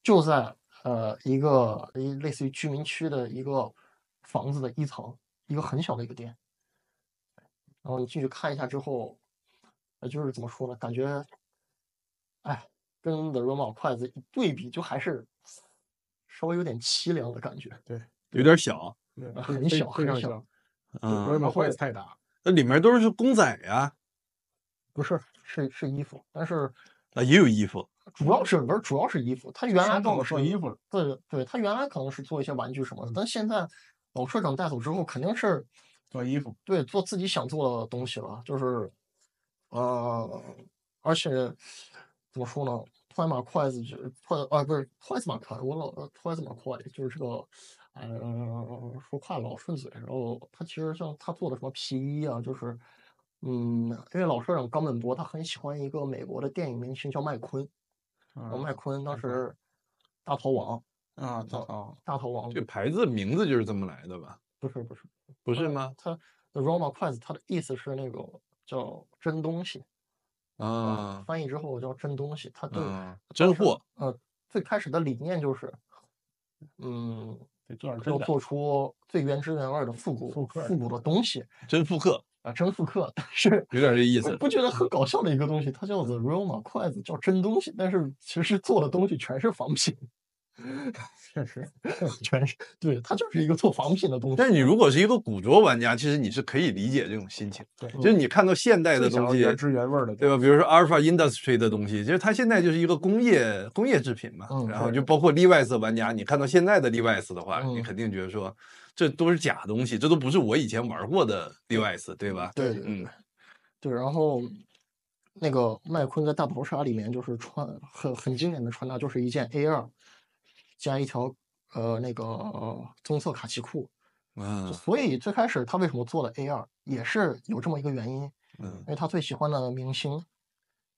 C: 就在呃一个一类似于居民区的一个房子的一层，一个很小的一个店。然后你进去看一下之后，呃，就是怎么说呢？感觉，哎，跟 The Roma 筷子一对比，就还是稍微有点凄凉的感觉，
A: 有点小，
B: 对
C: 啊很
B: 非
C: 小
B: 非
C: 很
B: 常
C: 小
B: 小，
A: 嗯
B: 罗马坏太大，
A: 那里面都是公仔呀，
C: 不是是是衣服，但是
A: 啊，也有衣服，
C: 主要是不是主要是衣服，他原来
B: 山
C: 跟
B: 东
C: 我
B: 的
C: 说
B: 做衣服嗯了，
C: 对对，他原来可能是做一些玩具什么的，但现在老社长带走之后，肯定是
B: 做衣服
C: 对做自己想做的东西了，就是呃，而且怎么说呢？托马筷子就是托啊，不是托子马筷，我老托子马筷就是这个，呃，说话老顺嘴。然后他其实像他做的什么皮衣啊，就是嗯，因为老社长冈本博他很喜欢一个美国的电影明星叫麦昆，然后
B: 啊
C: 麦昆当
B: 麦昆
C: 时大逃亡，
B: 啊，做啊，
C: 大逃亡
E: 这牌子名字就是这么来的吧？
C: 不是不是
E: 不是吗？
C: 它的 Roma 筷子，它的意思是那个叫真东西，
A: 嗯
E: 啊，
C: 翻译之后叫真东西。它对、
E: 嗯，真货，
C: 呃最开始的理念就是，嗯，
B: 得做点
C: 要
B: 真的，
C: 做出最原汁原味儿的复古
B: 复刻
C: 复古的东西。
A: 真复刻，
C: 啊真复刻，但是
A: 有点这意
C: 我
A: 思。
C: 不觉得很搞笑的一个东西，它叫 The Roma 筷子，叫真东西，但是其实做的东西全是仿品，
B: 确实，
C: 全是对，它就是一个做仿品的东西。
A: 但是你如果是一个古着玩家，其实你是可以理解这种心情，
B: 对，
A: 就是你看到现代的
B: 最想
A: 东
B: 要
A: 西，
B: 原汁原味儿的，
A: 对吧？比如说阿尔法 Industry 的东西，其实它现在就是一个工业工业制品嘛。
C: 嗯
A: 然后
C: 是
A: 就包括 Levi's 的玩家，你看到现在的 Levi's 的话，你
C: 嗯
A: 肯定觉得说这都是假东西，这都不是我以前玩过的 Levi's，对吧？
C: 对对
A: 嗯，
C: 对，然后那个麦昆在大逃杀里面就是穿很很经典的穿搭，就是一件 A 二加一条呃那个、呃棕色卡其裤。
A: 啊，
C: 所以最开始他为什么做了 A 二，也是有这么一个原因，
A: 嗯
C: 因为他最喜欢的明星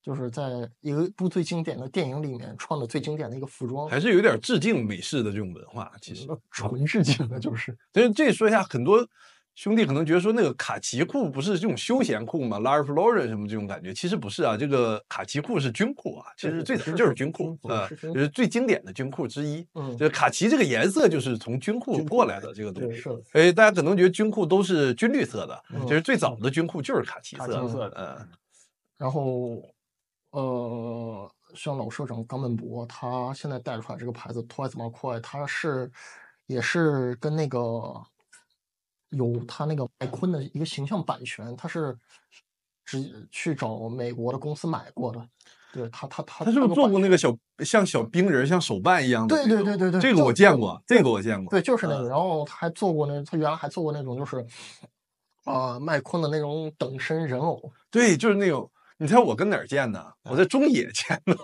C: 就是在一个部最经典的电影里面穿的最经典的一个服装，
A: 还是有点致敬美式的这种文化，其实。
C: 纯致敬的，就是
A: 但是这说一下，很多兄弟可能觉得说那个卡其裤不是这种休闲裤嘛，Ralph Lauren 什么这种感觉，其实不是啊，这个卡其裤是军裤啊，其
C: 对
A: 实
C: 对
A: 最
C: 是
A: 早就是
C: 是
A: 军
C: 军
A: 裤
C: 裤
A: 啊，
C: 是
A: 就
C: 军
A: 是最经典的军裤之一。
C: 嗯
A: 就是卡其哦这个颜色就是从军裤过来的这个东
C: 对
A: 西。
C: 是的，
A: 哎，大家可能觉得军裤都是军绿色的，
C: 嗯
A: 其实最早的军裤就是卡其
B: 卡
A: 色
B: 其
A: 的。
B: 色
A: 嗯
B: 的，
C: 然后呃，像老社长冈本博，他现在带出来这个牌子 Twice More Cool，他是也是跟那个有他那个麦昆的一个形象版权，他是直去找美国的公司买过的。对他，他他
A: 他是不
C: 那
A: 是
C: 个
A: 做
C: 版
A: 过那个小像小冰人、像手办一样的
C: 对
A: 那
C: 对
A: 种？
C: 对对对
A: 这个
C: 就
A: 我见过，这个我见过。
C: 对，就是那
A: 嗯
C: 个。然后他还做过那，他原来还做过那种就是，呃，麦昆的那种等身人偶。
A: 对，就是那种。你猜我跟哪儿见的？我
C: 嗯
A: 在中野见的。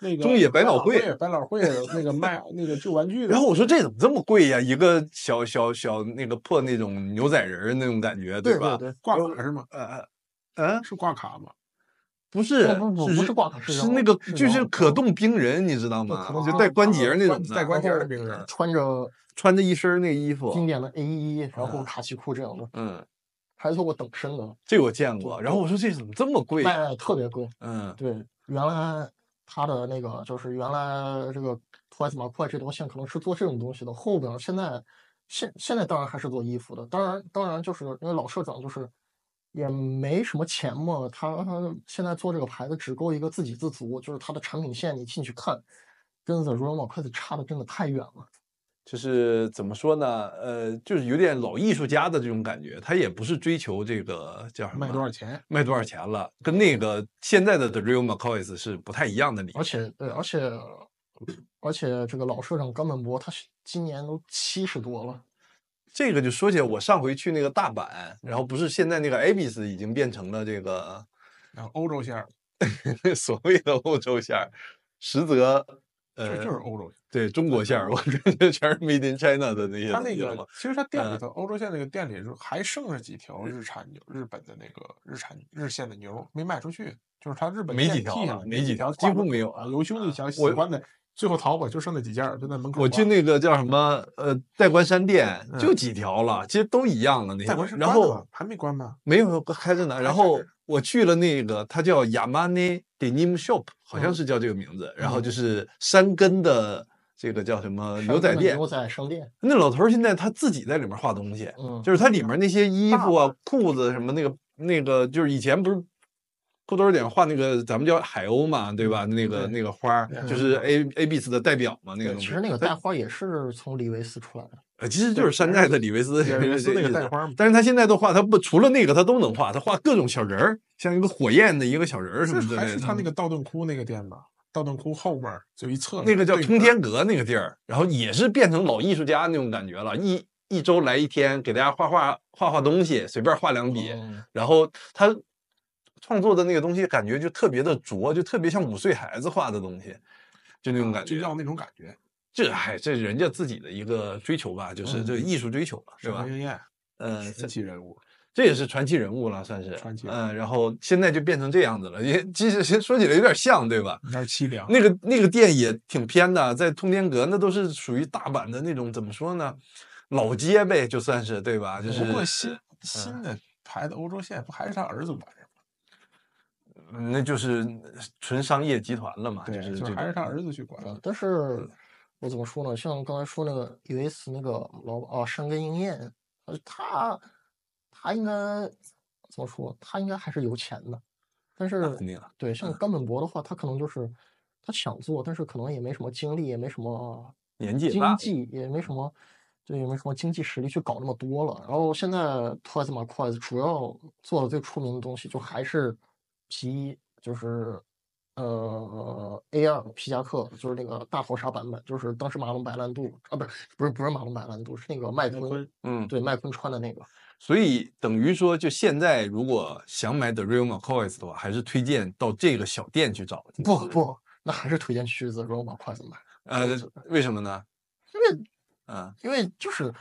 B: 那个
A: 中野百老
B: 老
A: 汇
B: 百老汇 的那个卖那个旧玩具的，
A: 然后我说这怎么这么贵呀、一个小小小那个破那种牛仔人儿那种感觉，
C: 对
A: 吧？
C: 对，
B: 挂卡是吗？
A: 呃呃呃，
B: 是挂卡吗？
A: 不是，
C: 不不
A: 是
C: 不是挂卡是
A: 是
C: 人
A: 那
C: 偶
A: 个
C: 是
A: 就
C: 人
A: 是
C: 偶
A: 可动冰人，你知道
C: 对
A: 吗
C: 可？动
A: 就
C: 冰
A: 带
C: 人
A: 关节
B: 啊
A: 儿那
B: 关
A: 种的，
B: 带关节儿的冰
C: 呃
B: 人，
C: 穿着
A: 穿着一身儿那衣服，
C: 经典的 A 一，然后
A: 啊
C: 卡其裤这样的，
A: 嗯，
C: 还做过等身的，
A: 这我见过。然后我说这怎么这么贵呀、
C: 卖的特别贵。
A: 嗯，
C: 对，原来他的那个就是原来这个 Twice 马快这条线可能是做这种东西的，后边儿现在现现在当然还是做衣服的，当然当然就是因为老社长就是也没什么钱嘛，他现在做这个牌子只够一个自给自足，就是他的产品线你进去看，跟 The Royal m a r q u e 差的真的太远了。
A: 就是怎么说呢？呃，就是有点老艺术家的这种感觉，他也不是追求这个叫什么
B: 卖多少钱？
A: 卖多少钱了，跟那个现在的 The Real McCoys 是不太一样的理
C: 而
A: 念。
C: 且对，而且而且这个老社长冈本博他是今年都七十多了，
A: 这个就说起来，我上回去那个大阪，然后不是现在那个 Abis 已经变成了这个
B: 然后欧洲线儿，
A: 所谓的欧洲线儿，实则
B: 就
A: 呃
B: 就是欧洲线。
A: 对中国线儿，我感觉全是 Made in China 的那些
B: 他
A: 东
B: 那
A: 西了嗯
B: 个
A: 嘛。
B: 其实他店里头，欧洲线那个店里还剩下几
A: 嗯
B: 条日产牛，日本的那个日产日线的牛没卖出去，就是他日本
A: 没
B: 店
A: 几
B: 里
A: 条
B: 剃下
A: 了
B: 来
A: 没
B: 那
A: 几条
B: 条，
A: 几乎没有
B: 啊。有兄弟想喜
A: 我
B: 欢的，最后淘宝就剩那几件儿，就在门口挂。
A: 我去那个叫什么呃代官山店，
B: 嗯
A: 就几条了，其实都一样了那些
B: 在
A: 东
B: 关
A: 西。
B: 是
A: 然
B: 关了
A: 后
B: 吗还没关吧？
A: 没有开着呢，然后我去了那个，它叫 Yamane Denim Shop，好像
C: 嗯
A: 是叫这个名字。然后
B: 嗯
A: 就是山根的这个叫什么呃牛仔
C: 山根的
A: 店，
C: 牛仔商店，
A: 那老头儿现在他自己在里面画东西，
C: 嗯，
A: 就是它里面那些衣
B: 大
A: 服啊、裤子什么那个那个，就是以前不是裤兜儿顶画那个咱们叫海鸥嘛，对吧？那个
B: 对
A: 那个花儿
B: 对
A: 就是 A A B 四的代表嘛，那个
B: 对
A: 东
C: 其
A: 西
C: 实。那个带花也是从李维斯出来的，
A: 呃，其实就是山寨的李维斯，
B: 也是那个带
A: 花。
B: 花嘛。
A: 但是他现在的画，他不除了那个他都能画，他画各种小人儿，像一个火焰的一个小人儿什么之
B: 这
A: 类的。
B: 还是他那个道顿窟那个店吧？道顿窟后面儿就一侧
A: 那个叫
B: 对
A: 通
B: 门
A: 天阁那个地儿，然后也是变成老艺术家那种感觉了，一一周来一天，给大家画画画画东西，随便画两
B: 哦
A: 笔，
C: 嗯
A: 然后他创作的那个东西感觉就特别的拙，就特别像五岁孩子画的东西，就那种感
B: 就
A: 觉。
B: 要那种感觉，
A: 这还这人家自己的一个追求吧，
B: 嗯
A: 就是这个艺术追求嘛，对
B: 沈
A: 吧
B: 腾？应验，
A: 嗯，这
B: 神奇人物，
A: 这也是传奇人物了，算是
B: 传奇人
A: 嗯，然后现在就变成这样子了，也其实说起来有点像，对吧？
B: 有点凄凉。
A: 那个那个店也挺偏的，在通天阁那都是属于大阪的那种，怎么说呢？老街呗，就算是对吧？就是
B: 不过新新的牌子欧洲线不还是他儿子玩的吗？
A: 嗯那就是纯商业集团了嘛，
B: 对，
A: 是
B: 就
A: 这
B: 还是
A: 种
B: 他儿子去管。
C: 嗯但是我怎么说呢？像刚才说那个哦 U.S. 那个老啊山根英彦，呃他他应该怎么说，他应该还是有钱的，但是
A: 肯定了，
C: 对，像
A: 嗯
C: 冈本博的话，他可能就是他想做，但是可能也没什么精力，也没什么
A: 年纪也大
C: 经，济，也没什么，对，也没什么经济实力去搞那么多了。然后现在 Toys m a q u i s 主要做的最出名的东西就还是皮，就是呃 A 二皮夹克，就是那个大头鲨版本，就是当时马龙白兰度啊，不是不是不是马龙白兰度，是那个麦
B: 麦
C: 昆
B: 昆，
E: 嗯，
C: 对麦昆穿的 那个。
A: 所以等于说，就现在如果想买 The Real McCoys 的话，还是推荐到这个小店去找。
C: 不不，那还是推荐去 The Roma q u i s 买，
A: 呃，为什么呢？
C: 因为
A: 嗯，
C: 因为就是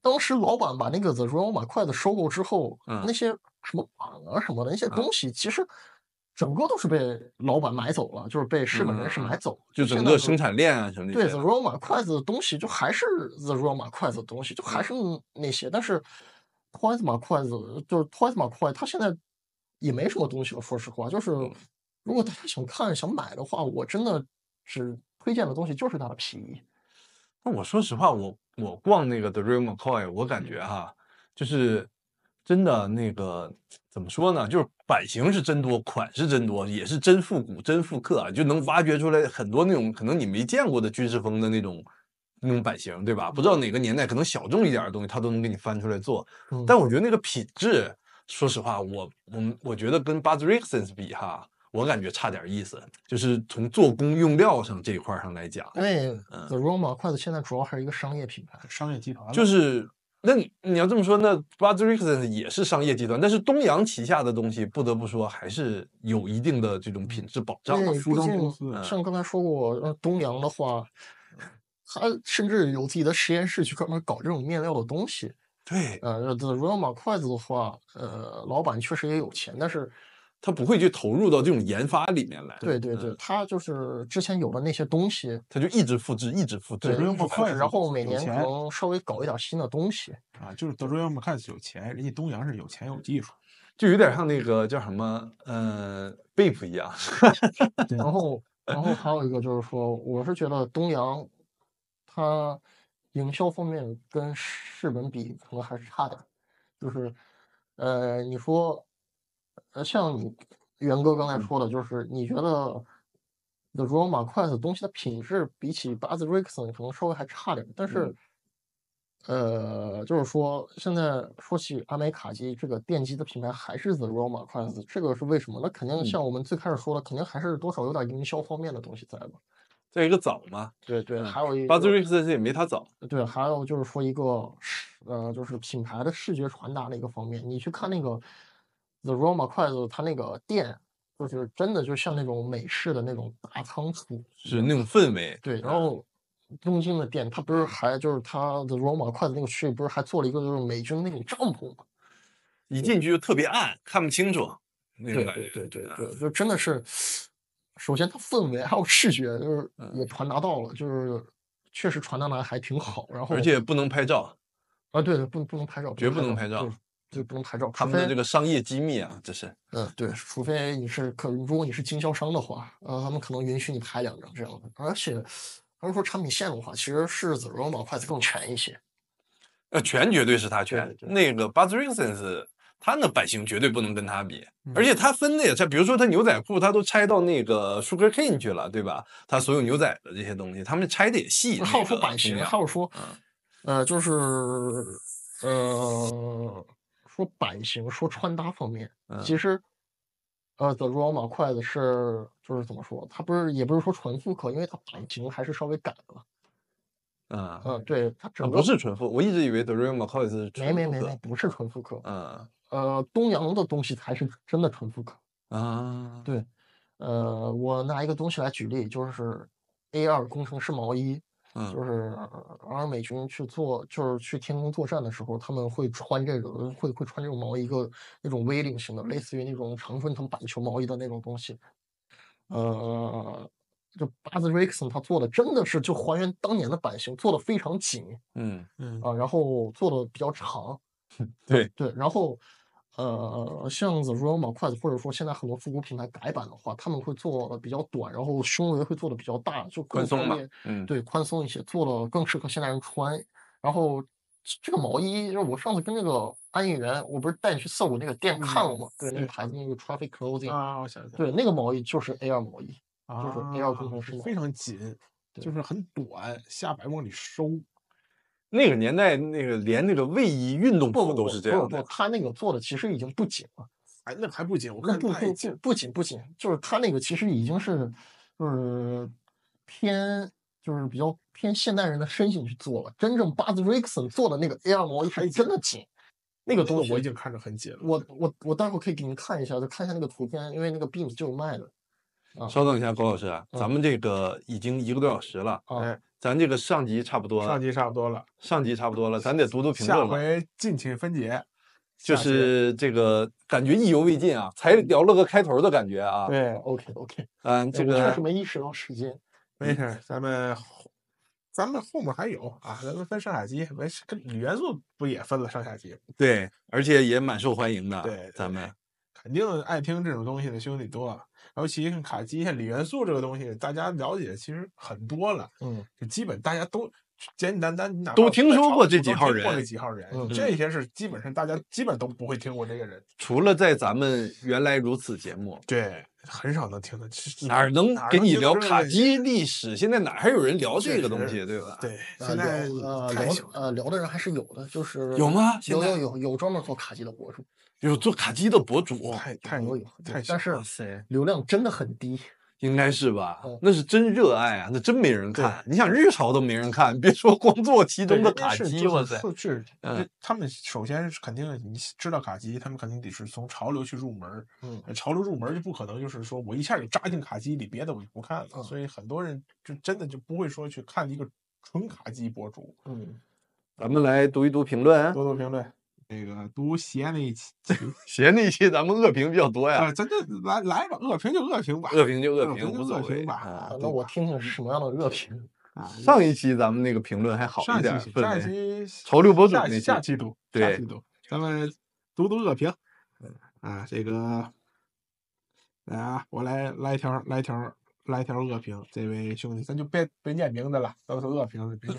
C: 当时老板把那个 The Roma 筷子收购之后，
A: 嗯
C: 那些什么榜啊什么的那些东西，其实整个都是被老板买走了，就是被日本人士
A: 嗯嗯嗯
C: 买走了。
A: 就整
C: 现在
A: 个生产链啊什么的。
C: 对 The Roma 筷子的东西，就还是 The Roma 筷子的东西，
A: 嗯
C: 就还是那些。但是 Toysma 筷子就是 Toysma 筷，它现在也没什么东西了。说实话，就是
A: 嗯
C: 如果大家想看想买的话，我真的只推荐的东西就是它的皮衣。
A: 那我说实话，我我逛那个 The Real McCoy，我感觉哈、就是真的那个怎么说呢？就是版型是真多，款是真多，也是真复古、真复刻啊，就能挖掘出来很多那种可能你没见过的军事风的那种那种版型，对吧？不知道哪个年代可能小众一点的东西，它都能给你翻出来做。
C: 嗯
A: 但我觉得那个品质，说实话，我我们我觉得跟 Buzz Rixons 比哈，我感觉差点意思，就是从做工用料上这一块儿上来讲。
C: 因为
A: 嗯
C: The Roma 筷子现在主要还是一个商业品牌，
B: 商业集团了
A: 就是那你你要这么说，那 b u z z r i x o n 也是商业集团，但是东阳旗下的东西，不得不说还是有一定的这种品质保障
C: 因
A: 的。
C: 为
B: 服
C: 毕
B: 装
C: 竟
B: 公司嗯
C: 像刚才说过，呃东阳的话，它甚至有自己的实验室去专门搞这种面料的东西。
A: 对
C: 呃，The Roma 筷子的话，呃，老板确实也有钱，但是
A: 他不会去投入到这种研发里面来。
C: 对对对，
A: 嗯，
C: 他就是之前有的那些东西，
A: 他就一直复制，一直复制
C: 对，。
B: Roma
C: 一直复
B: 筷
C: 制
B: 子
C: 然后每
B: 有
C: 年可
B: 钱
C: 能稍微搞一点新的东西。
B: 啊，就是德州要么看有钱，人家东阳是有钱有技术，
A: 就有点像那个叫什么，呃，Bape 一样。
C: 然 后，然后还有一个就是说，我是觉得东阳，它营销方面跟日本比可能还是差点儿，就是，呃，你说，呃，像你元哥刚才说的，就是你觉得 The Roma 筷子东西的品质比起 Buzz Rixon 可能稍微还差点儿，但是。呃，就是说，现在说起阿美卡基这个电机的品牌，还是 The Roma 筷子，这个是为什么？那肯定像我们最开始说的，肯定还是多少有点营销方面的东西在吧？
A: 再一个早嘛
C: 对对，啊
A: 嗯
C: 还有一
A: b u z z r
C: 个
A: i x o n 也没他早。
C: 对，还有就是说一个视呃，就是品牌的视觉传达的一个方面。你去看那个 The Roma 筷子，它那个店就是真的就像那种美式的那种大仓储，
A: 是那种氛围，
C: 对，然后东京的店，它不是还就是它的罗马筷子那个区域，不是还做了一个就是美军那种帐篷吗？
A: 一进去就特别暗，看不清楚那种感觉。啊
C: 对，就真的是，首先它氛围还有视觉，就是
A: 嗯
C: 也传达到了，就是确实传达的还挺好。然后
A: 而且不能拍照，
C: 啊，对对，不不能拍照，
A: 绝不能拍
C: 对
A: 照，
C: 对，不能拍照。
A: 他
C: 除
A: 们的
C: 非
A: 这个商业机密啊，这是。
C: 嗯，对，除非你是可，如果你是经销商的话，呃，他们可能允许你拍两张这样的。而且，要是说产品线的话，其实是 The Roma 筷子更全一些。
A: 呃，全绝对是他全。
C: 对
A: 那个 Buzz Rixons，他那版型绝对不能跟他比，
B: 嗯
A: 而且他分的也差。比如说他牛仔裤，他都拆到那个 Sugar Cane 去了，对吧？他所有牛仔的这些东西，他们拆的也细。
C: 还有
A: 那
C: 说
A: 个
C: 版
A: 东
C: 型，
A: 西啊
C: 还有说
A: 嗯，
C: 呃，就是呃，说版型，说穿搭方面，
A: 嗯
C: 其实，呃，The Roma 筷子是就是怎么说，它不是也不是说纯复刻，因为它版型还是稍微改了。
A: 嗯，
C: 嗯，对，它
A: 啊
C: 整个
A: 不是纯复，我一直以为 The Real McCoy 是
C: 没
A: 纯
C: 没
A: 复
C: 没
A: 刻
C: 没不是纯复刻，
A: 嗯
C: 呃，东阳的东西才是真的纯复刻。
A: 啊，
C: 对，呃，我拿一个东西来举例，就是 A 二工程师毛衣，就
A: 嗯
C: 是而美军去做，就是去天空作战的时候，他们会穿这个，会会穿这种毛衣，一个那种 V 领型的，类似于那种常春藤板球毛衣的那种东西。呃，就 Buzz Rixon 他做的真的是就还原当年的版型，做的非常紧
A: 嗯，
B: 嗯，
C: 啊、然后做的比较长。
A: 对
C: 对，然后呃，像 The Real 马筷子，或者说现在很多复古品牌改版的话，他们会做的比较短，然后胸围会做的比较大，就
A: 宽
C: 更
A: 松
C: 方
A: 嘛
C: 便，
A: 嗯
C: 对，宽松一些，做了更适合现代人穿。然后这个毛衣，就是我上次跟那个安运员，我不是带你去涩谷那个店看
A: 嗯
C: 过吗？对，那个牌子那个 Traffic Clothing，、
B: 啊，我想起来
C: 对，那个毛衣就是 Air 毛衣，
A: 嗯
B: 了，
C: 就是
B: 啊
C: AR 工程师嘛
B: 非常紧，就是很短，下摆往里收。
A: 那个年代，那个连那个卫衣、运动
C: 不
A: 服
C: 不
A: 都
C: 不
A: 是这
C: 不
A: 样
C: 不
A: 的，
C: 他那个做的其实已经不紧了，
B: 哎，那还不紧，我
C: 那
B: 看
C: 不
B: 太
C: 不
B: 紧
C: 不。不紧不紧，就是他那个其实已经是就是偏就是比较偏现代人的身形去做了，真正 Buzz Rixon 做的那个 Air 毛衣是真的紧，那个东西
B: 我已经看着很紧了。
C: 我我我待会儿可以给您看一下，就看一下那个图片，因为那个 Beams 就有卖的不
A: 稍等一下，高老师啊，咱
C: 嗯
A: 们这个已经一个多小时了，
C: 啊。
B: 哎，
A: 咱这个上集差不多了，
B: 上集差不多了，
A: 上集差不多了，咱得读读评
B: 下
A: 论了。
B: 回敬请分解。
A: 就
B: 下集
A: 是这个感觉意犹未尽啊，才聊了个开头的感觉啊。
C: 对，OK OK，
A: 嗯，这
C: 哎确
A: 个
C: 实没意识到时间。
B: 没事儿，咱们后咱们后面还有啊，咱们分上下集，没事，跟元素不也分了上下集？
A: 对，而且也蛮受欢迎的。
B: 对对
A: 咱们
B: 肯定爱听这种东西的兄弟多了。尤其看卡机、像李元素这个东西，大家了解其实很多了，
C: 嗯，
B: 就基本大家都简简单单，你哪怕
A: 都听
B: 在
A: 说
B: 朝
A: 过
B: 鲜
A: 这
B: 都
A: 几
B: 听
A: 号
B: 过
A: 人
B: 这几号人，
C: 嗯
B: 这些是基本上大家基本都不会听过这个人，
A: 除了在咱们原来如此节目，
B: 对，很少能听的。是
A: 哪儿能
B: 嗯哪儿
A: 给
B: 能
A: 你
B: 听
A: 聊
B: 出这
A: 卡
B: 个
A: 机历史？现在哪还有人聊这
B: 确
A: 个东
B: 实
A: 西，对吧？，
B: 对，
C: 呃
B: 现在
C: 聊呃
B: 太
C: 聊
B: 小
C: 呃聊的人还是有的，就是
A: 有吗现
C: 有有
A: 在
C: 有有专门做卡机的博主，
A: 有做卡机的博主，
B: 太太
C: 有有有
B: 太小
C: 但是
A: 哇塞，
C: 流量真的很低。
A: 应该是吧
C: 嗯？
A: 那是真热爱啊，那真没人
B: 对
A: 看。你想日朝都没人看，别说光做其
B: 对
A: 中的
B: 人家
A: 卡
B: 是
A: 机，
B: 就是
A: 哇塞！
B: 说是，
A: 嗯
B: 这他们首先是肯定你知道卡机，他们肯定得是从潮流去入门儿，
C: 嗯
B: 呃潮流入门儿就不可能就是说我一下就扎进卡机里，别的我就不看了，
C: 嗯
B: 所以很多人就真的就不会说去看一个纯卡机博主。
C: 嗯，
A: 咱们来读一读评论啊，
B: 多多评论，那个读鞋那一期，
A: 鞋那期咱们恶评比较多哎呀
B: 啊，，咱就来来吧，恶评就恶评吧，
A: 恶评就恶
B: 恶
A: 评，
B: 评就
A: 无所
B: 啊恶
A: 谓
B: 评吧
A: 啊
B: 啊。
C: 那
B: 对
C: 我
B: 吧
C: 听听是什么样的热评。
B: 啊。
A: 上一期咱们那个评论还好
B: 上
A: 一点儿，
B: 期
A: 氛
B: 上
A: 围
B: 期
A: 潮流博主
B: 下
A: 那
B: 期下期读，下
A: 对嗯
B: 期读，咱们读读恶评。啊，这个，来啊，我来来一条，来一条，来一条恶评。这位兄弟，咱就别别念名字了，都是恶评，别念名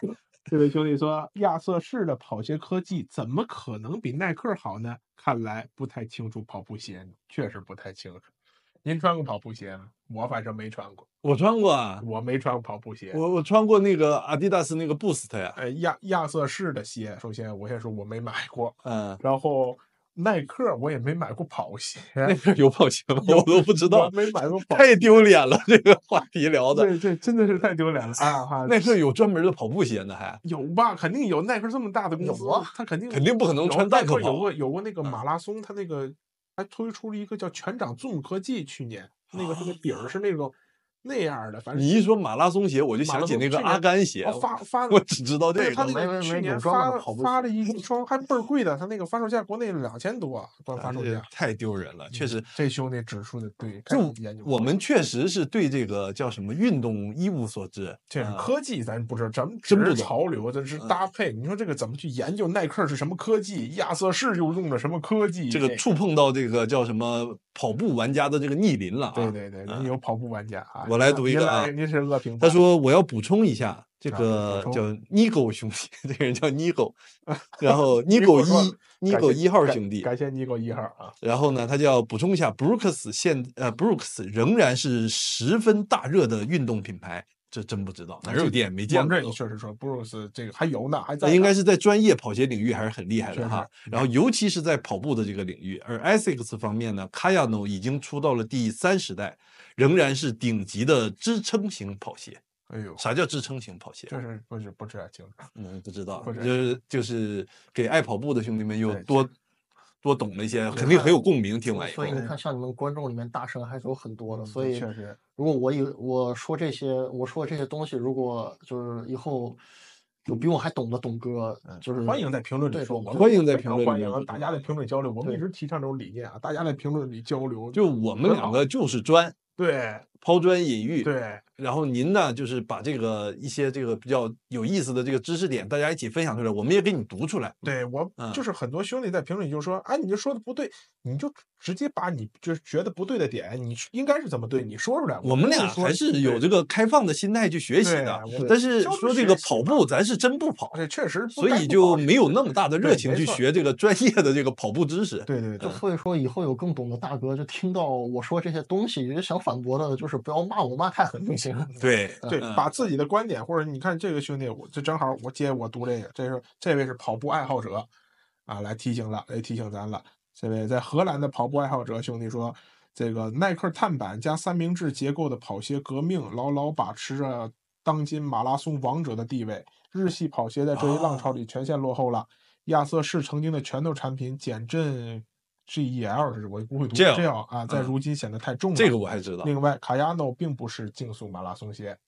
B: 字了。 这位兄弟说，亚瑟士的跑鞋科技怎么可能比耐克好呢？看来不太清楚跑步鞋呢，确实不太清楚。您穿过跑步鞋吗？我反正没穿过，
A: 我穿过啊，
B: 我没穿过跑步鞋。
A: 我我穿过那个阿迪达斯那个 Boost 呀，
B: 呃，亚亚瑟士的鞋，首先我先说我没买过，
A: 嗯，
B: 然后耐克我也没买过跑鞋，
A: 那个有跑鞋吗？我都不知
B: 我
A: 道，
B: 没买过跑鞋，
A: 太丢脸了，这个话题聊的。
B: 对对，真的是太丢脸了啊！哈
A: 耐克有专门的跑步鞋呢，还
B: 有吧？肯定有，耐克这么大的公司
C: 有啊，
B: 他肯定
A: 肯定不可能
B: 有
A: 穿
B: 耐
A: 耐克
B: 克有
A: 跑
B: 过有过那
A: 啊
B: 个马拉松，他那个还推出了一个叫全掌 Zoom 科技，去
A: 啊
B: 年那个它的底儿是那种那样的，反正
A: 你一说马拉松鞋，我就
B: 马
A: 想
B: 拉
A: 起
B: 松
A: 那个
B: 去
A: 阿
B: 年
A: 甘鞋，
B: 哦发发
A: 我只知道
B: 对
A: 这
B: 他
A: 个
B: 那
C: 没没
B: 个去
C: 没
B: 年
C: 有
B: 发
C: 专门的
B: 了
C: 跑步
B: 发
C: 鞋
B: 了一双还倍儿贵的，他那个发售价国内两千
A: 啊
B: 多，光发售
A: 这
B: 价。
A: 哎
B: 嗯
A: 太丢人了，确实。
B: 这兄弟指出的对，
A: 就
B: 该研究
A: 我们确实是对这个叫什么运动一无所知，
B: 这是
A: 啊
B: 科技，咱不知道，咱们
A: 真不
B: 只是
A: 懂呃
B: 潮流，这是搭配。你说这个怎么去研究？耐克是什么科技？亚瑟士又用了什么科技？
A: 这个触碰到这个叫什么跑步玩家的这个逆鳞了啊。
B: 对对对，
A: 啊
B: 人有跑步玩家啊。
A: 我来读一
B: 您
A: 个啊
B: 来您是恶评吧，
A: 他说我要补充一下，这
B: 啊
A: 个
B: 补充
A: 叫 Nigo 兄弟， 这个人叫 Nigo，然后 Nigo
B: 说
A: 一
B: 感谢
A: Nigo 一号
B: 感
A: 兄弟，
B: 感谢尼狗一号啊。
A: 然后呢，他就要补充一下，Brooks 现呃 Brooks 仍然是十分大热的运动品牌，这真不知道哪儿有店没
B: 我
A: 见
B: 们
A: 过
B: 这
A: 都
B: 里。确实说，布鲁斯这个还有呢，还
A: 呃那
B: 在呢。
A: 呃应该是在专业跑鞋领域还是很厉害
B: 确
A: 的哈
B: 实，
A: 然后尤其是在跑步的这个领域，而 Asics 方面呢，Kayano 已经出到了第三十代，仍然是顶级的支撑型跑鞋。
B: 哎呦，
A: 啥叫支撑型跑鞋啊？
B: 这是不是不知道清楚。
A: 嗯，不知道，
B: 或者
A: 就是就是给爱跑步的兄弟们又
B: 对
A: 多多懂了一些，肯定哦很有共鸣。听完以后
C: 所以，你看，像你们观众里面大神还是有很多的，
B: 嗯
C: 所以
B: 确实，
C: 如果我以我说这些，我说这些东西，如果就是以后有比我还懂的董哥，就是
B: 嗯欢迎在评论里
C: 对
B: 说，
C: 懂
B: 我
C: 得
B: 们
A: 欢迎在
B: 非常
A: 评论里
B: 欢
A: 面
B: 迎大家在评论交流。我们
C: 对
B: 一直提倡这种理念啊，大家在评论里交流。
A: 就我们
B: 很
A: 两
B: 好
A: 个就是专
B: 对
A: 抛砖引玉，
B: 对，
A: 然后您呢，就是把这个一些这个比较有意思的这个知识点，大家一起分享出来，我们也给你读出来。
B: 对我
A: 嗯
B: 就是很多兄弟在评论里就说，啊，你就说的不对，你就直接把你就是觉得不对的点，你去应该是怎么对，你说出来。
A: 我们
B: 不
A: 俩
B: 说
A: 还是有这个开放的心态去学习
B: 对
A: 的，
B: 我们
A: 但是
B: 交流
A: 说
B: 学
A: 这个
B: 习
A: 跑
B: 嘛
A: 步，咱是真不跑，
B: 这确实不
A: 所
B: 该
A: 以
B: 不
A: 就
B: 跑
A: 没有那么大的热
B: 对
A: 情
B: 没
A: 去
B: 错
A: 学这个专业的这个跑步知识。
B: 对对对
C: 就，所以说，以后有更懂的大哥，就听到我说这些东西，想反驳的，就是不要骂我，骂太狠就行。
A: 对
B: 对，
A: 嗯
B: 把自己的观点，或者你看这个兄弟，我这正好我接我读这个，这是这位是跑步爱好者啊，来提醒了，来提醒咱了。这位在荷兰的跑步爱好者兄弟说，这个耐克碳板加三明治结构的跑鞋革命，牢牢把持着当今马拉松王者的地位。日系跑鞋在这一
A: 哦
B: 浪潮里全线落后了。亚瑟士曾经的拳头产品减震 GEL，这是我不会读
A: Gel，
B: 这样啊，在
A: 嗯
B: 如今显得太重了。
A: 这个我还知道
B: 另外，卡亚诺并不是竞速马拉松鞋，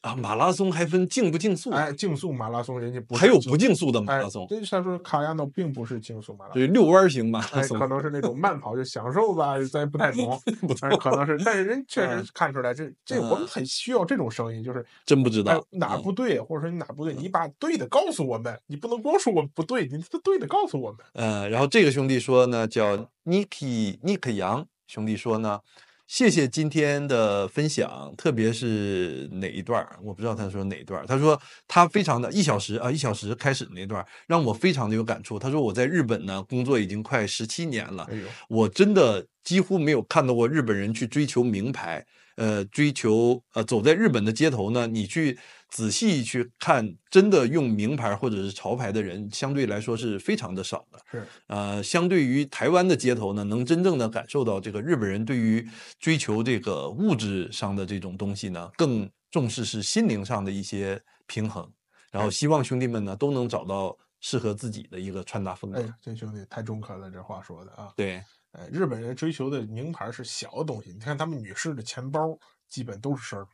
A: 啊，马拉松还分竞不竞速，
B: 哎，竞速马拉松人家不是
A: 还有
B: 竞
A: 不竞速的马
B: 哎
A: 拉松，
B: 这是他说卡亚诺并不是竞速马拉松
A: 对，，遛弯儿型马拉
B: 哎，
A: 松
B: 可。能是那种慢跑就享受吧，咱也不太 懂，
A: 不
B: 但是可能哎是，但是人确
A: 嗯
B: 实看出来这这我
A: 嗯
B: 们很需要这种声音，就是
A: 真不知道
B: 哎哪
A: 嗯
B: 不对，或者说你哪不对，你把对的告诉我们，你不能光说我们不对，你这对的告诉我们。
A: 呃，然后这个兄弟说呢，叫 Nicky Nick 杨兄弟说呢，谢谢今天的分享，特别是哪一段儿，我不知道他说哪一段儿，他说他非常的一小时啊，一小时开始的那段儿让我非常的有感触。他说我在日本呢工作已经快十七年了，
B: 哎呦，
A: 我真的几乎没有看到过日本人去追求名牌，呃，追求呃，走在日本的街头呢，你去仔细去看，真的用名牌或者是潮牌的人，相对来说是非常的少的。
B: 是
A: 呃，相对于台湾的街头呢，能真正的感受到这个日本人对于追求这个物质上的这种东西呢，更重视是心灵上的一些平衡。然后希望兄弟们呢都能找到适合自己的一个穿搭风格。
B: 哎呀，这兄弟太中肯了，这话说的啊。
A: 对，
B: 哎，日本人追求的名牌是小的东西，你看他们女士的钱包基本都是奢侈品。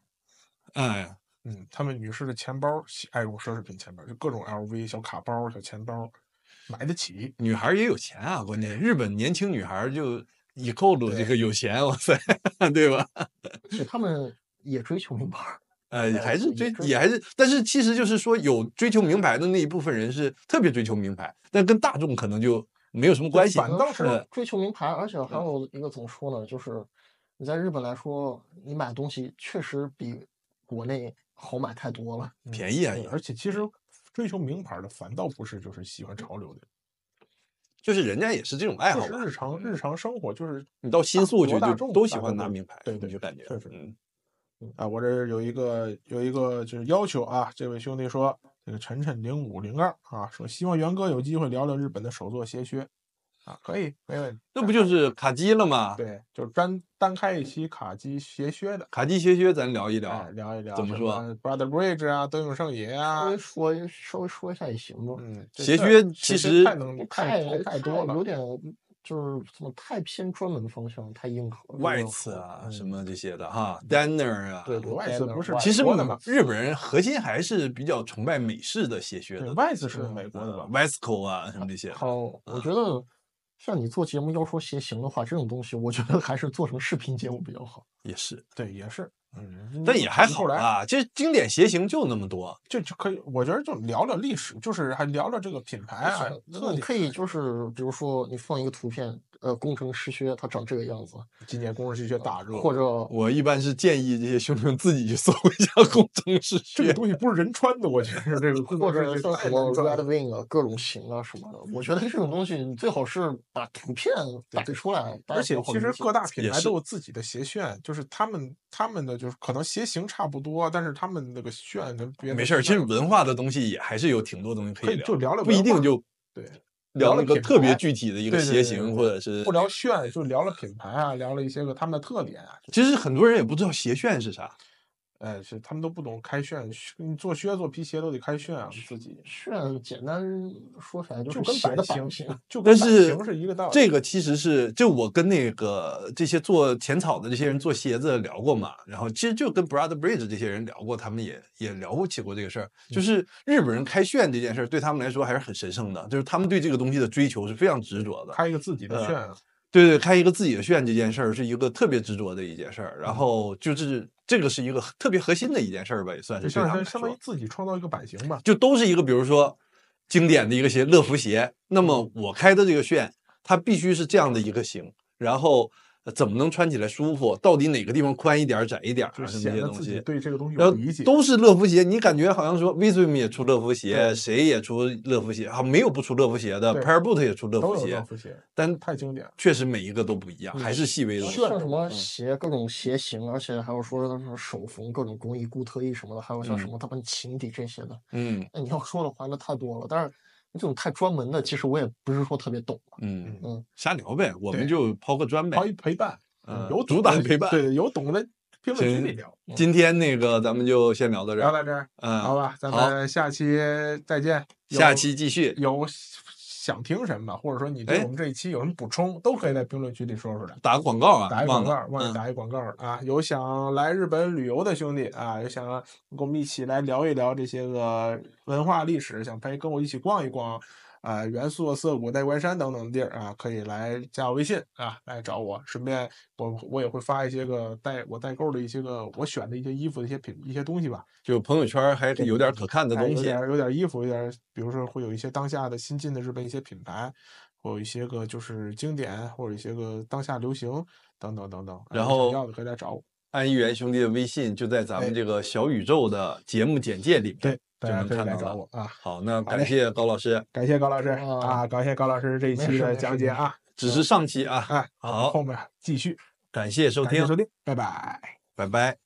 A: 哎，
B: 嗯，他们女士的钱包喜爱用奢侈品钱包，就各种 LV 小卡包、小钱包，买得起。
A: 女孩儿也有钱啊，关键日本年轻女孩儿就一扣住这
B: 对
A: 个有钱，哇塞， 对吧？
C: 是他们也追求名牌儿，
A: 呃，
C: 哎
A: 还是
C: 也
A: 追
C: 是
A: 也还是，但是其实就是说，有追求名牌的那一部分人是特别追求名牌，但跟大众可能就没有什么关系。
B: 反倒是
A: 呃
C: 追求名牌，而且还有一个怎么说呢，就是你在日本来说，你买东西确实比国内好买太多了。
A: 便宜啊，
B: 嗯对而且其实追求名牌的反倒不是就是喜欢潮流的，
A: 就是人家也是这种爱好
B: 就
A: 吧
B: 是。日常日常生活就是
A: 你到新
B: 大
A: 宿去
B: 多大
A: 就
B: 众
A: 都
B: 大
A: 喜
B: 多
A: 欢拿
B: 都
A: 名牌，
B: 对
A: 你
B: 对
A: 就感觉
B: 确实
A: 嗯，
B: 啊，我这儿有一个有一个就是要求啊，这位兄弟说，这个晨晨零五零二啊，说希望元哥有机会聊聊日本的手作鞋靴啊，可以，没问题。
A: 那不就是卡基了吗？
B: 对，就单单开一期卡机鞋靴的，
A: 卡基学学，咱聊一聊。
B: 哎，聊一聊
A: 怎么
B: 什
A: 说
B: ？Brother Bridge 啊，德永圣也
C: 稍
B: 啊
C: 微，说一稍微说一下也行吧。
B: 嗯，这
A: 鞋
B: 事儿
A: 靴
B: 这
A: 其
B: 事儿
A: 实
B: 太能太太太多
C: 有
B: 了，
C: 点就是怎么太偏专门方向，太硬核了。
A: 外次啊，
B: 嗯
C: 嗯
A: 什么这些的哈，Danner 啊，
C: 对对
B: 外资不是
A: 其实
B: 美国的嘛，
A: 日本人核心还是比较崇拜美式的鞋靴
B: 对
A: 的，
B: 外资是
C: 嗯
B: 美国的吧？
A: Vesco 啊什么这些的。
C: 好，我
B: 嗯
C: 觉得像你做节目要说鞋型的话，这种东西我觉得还是做成视频节目比较好。
A: 也是，
B: 对，也是，嗯，
A: 但也还
B: 看不
A: 好
B: 出来，
A: 啦，这经典鞋型就那么多。
B: 就就可以，我觉得就聊聊历史，就是还聊聊这个品牌啊
C: 是，那
B: 特
C: 你
B: 点。
C: 可以就是比如说你放一个图片，呃，工程师靴它长这个样子，
B: 今年工人系学大热，
C: 或者
A: 我一般是建议这些兄弟们自己去搜一下工程师
B: 这个
A: 靴。
B: 东西不是人穿的，我觉得这个工
C: 或
B: 作
C: 者
B: 室
C: 像
B: 太
C: 什
B: 难
C: 么
B: 赚
C: Red
B: 了
C: Wing 啊、各种型啊什么的，我觉得这种东西你最好是把图片摆出来，大家
B: 而且
C: 比较好
B: 其实
C: 理解
B: 各大
A: 也
B: 品牌
A: 是
B: 都有自己的鞋楦，就是他们他们的就是可能鞋型差不多，但是他们那个楦跟别人
A: 没事儿，其
B: 这
A: 实文化的东西也还是有挺多东西可
B: 可
A: 以
B: 以
A: 聊，
B: 就聊聊
A: 不一
B: 文
A: 定
B: 化
A: 就
B: 对
A: 聊那
B: 聊了
A: 个
B: 品
A: 特别
B: 牌
A: 具体的一个
B: 对对
A: 鞋
B: 对
A: 型，
B: 对
A: 或者是
B: 不聊炫，就聊了品牌啊，聊了一些个他们的特点啊，
A: 其实很多人也不知道鞋楦是啥。
B: 哎，是他们都不懂开炫，靴你做靴做皮鞋都得开炫啊，自己
C: 炫简单说起来就
B: 就是跟
C: 显
B: 摆的
C: 形
B: 版 型，就
A: 但
B: 跟版
A: 是
B: 型是一个道理。
A: 这个其实是就我跟那个这些做浅草的这些人做鞋子聊过嘛，然后其实就跟 Brother Bridge 这些人聊过，他们也也聊过起过这个事儿，
B: 嗯
A: 就是日本人开炫这件事儿对他们来说还是很神圣的，就是他们对这个东西的追求是非常执着的。
B: 开一个自己的
A: 呃
B: 炫啊，
A: 对对，开一个自己的炫这件事儿是一个特别执着的一件事儿，
B: 嗯
A: 然后就是这个是一个特别核心的一件事儿吧，也算是
B: 就
A: 对他们
B: 像
A: 来
B: 相当于
A: 说，
B: 自己创造一个版型吧。
A: 就都是一个比如说经典的一个鞋乐福鞋，那么
B: 嗯
A: 我开的这个炫，它必须是这样的一个型，然后呃怎么能穿起来舒服，到底哪个地方宽一点儿窄一点儿
B: 就
A: 啊，什么
B: 显
A: 这些
B: 得
A: 东
B: 自己
A: 西。
B: 对这个东西
A: 然
B: 有
A: 后
B: 理解。
A: 都是乐福鞋，你感觉好像说 v i s u m 也出乐福鞋，
B: 对
A: 谁也出乐福鞋，好没有不出乐福鞋的
B: 对
A: ，Pair Boot 也出乐
B: 都
A: 福
B: 有
A: 鞋
B: 乐，福鞋，
A: 但
B: 太经典了。
A: 确实每一个都不一样，还是细微的。
C: 像什
B: 嗯
C: 么鞋，各种鞋型，而且还有说什么手缝、各种工艺、固特异什么的，还有像什
A: 嗯
C: 么他们琴底这些的。
A: 嗯
C: 那你要说的话，那太多了。但是这种太专门的，其实我也不是说特别懂吧。
A: 嗯
C: 嗯，
A: 瞎聊呗，我们
B: 对
A: 就抛个砖呗
B: 好。一陪伴，
A: 嗯
B: 有
A: 主
B: 懂
A: 打
B: 的
A: 陪伴
B: 对，有懂的评论区
A: 行
B: 里聊，嗯
A: 今天那个咱们就先聊到这
B: 聊
A: 儿，
B: 到这儿，好
A: 嗯，
B: 吧，咱
A: 好
B: 们下期再见。有
A: 下期继续。
B: 有想听什么，或者说你
A: 哎
B: 对我们这一期有什么补充，都可以在评论区里说出来。
A: 打个广告啊，
B: 打一
A: 忘
B: 广
A: 了
B: 告儿，忘记
A: 嗯
B: 打一广告儿了啊！有想来日本旅游的兄弟啊，有想跟我们一起来聊一聊这些个文化历史，想陪跟我一起逛一逛啊，元素、涩谷、代官山等等地儿啊，可以来加我微信啊，来找我。顺便我我也会发一些个代我代购的一些个我选的一些衣服的一些品一些东西吧，
A: 就朋友圈还有点可看的
B: 哎
A: 东
B: 有
A: 西
B: 点。儿有点儿衣服，有点儿，比如说会有一些当下的新进的日本一些品牌，会有一些个就是经典，或者一些个当下流行等等等等。啊
A: 然
B: 有想
A: 后
B: 要的可以来找我，
A: 安一元兄弟的微信就在咱们
B: 哎
A: 这个小宇宙的节目简介里面
B: 对。大
A: 就
B: 家
A: 能
B: 可以
A: 看
B: 来
A: 到
B: 找
A: 了
B: 我啊！
A: 好，那
B: 好
A: 感
B: 嘞
A: 谢高老师，
B: 感谢高老师
C: 哇
B: 啊，感谢高老师这一
C: 没
B: 期
C: 事
B: 的
C: 没
B: 讲
C: 事
B: 解
C: 没事
B: 啊，
A: 只是上期啊，
B: 哎，
A: 好
B: 后面继续
A: 感谢收
B: 感谢
A: 听
B: 收，听，拜拜。
A: 拜拜。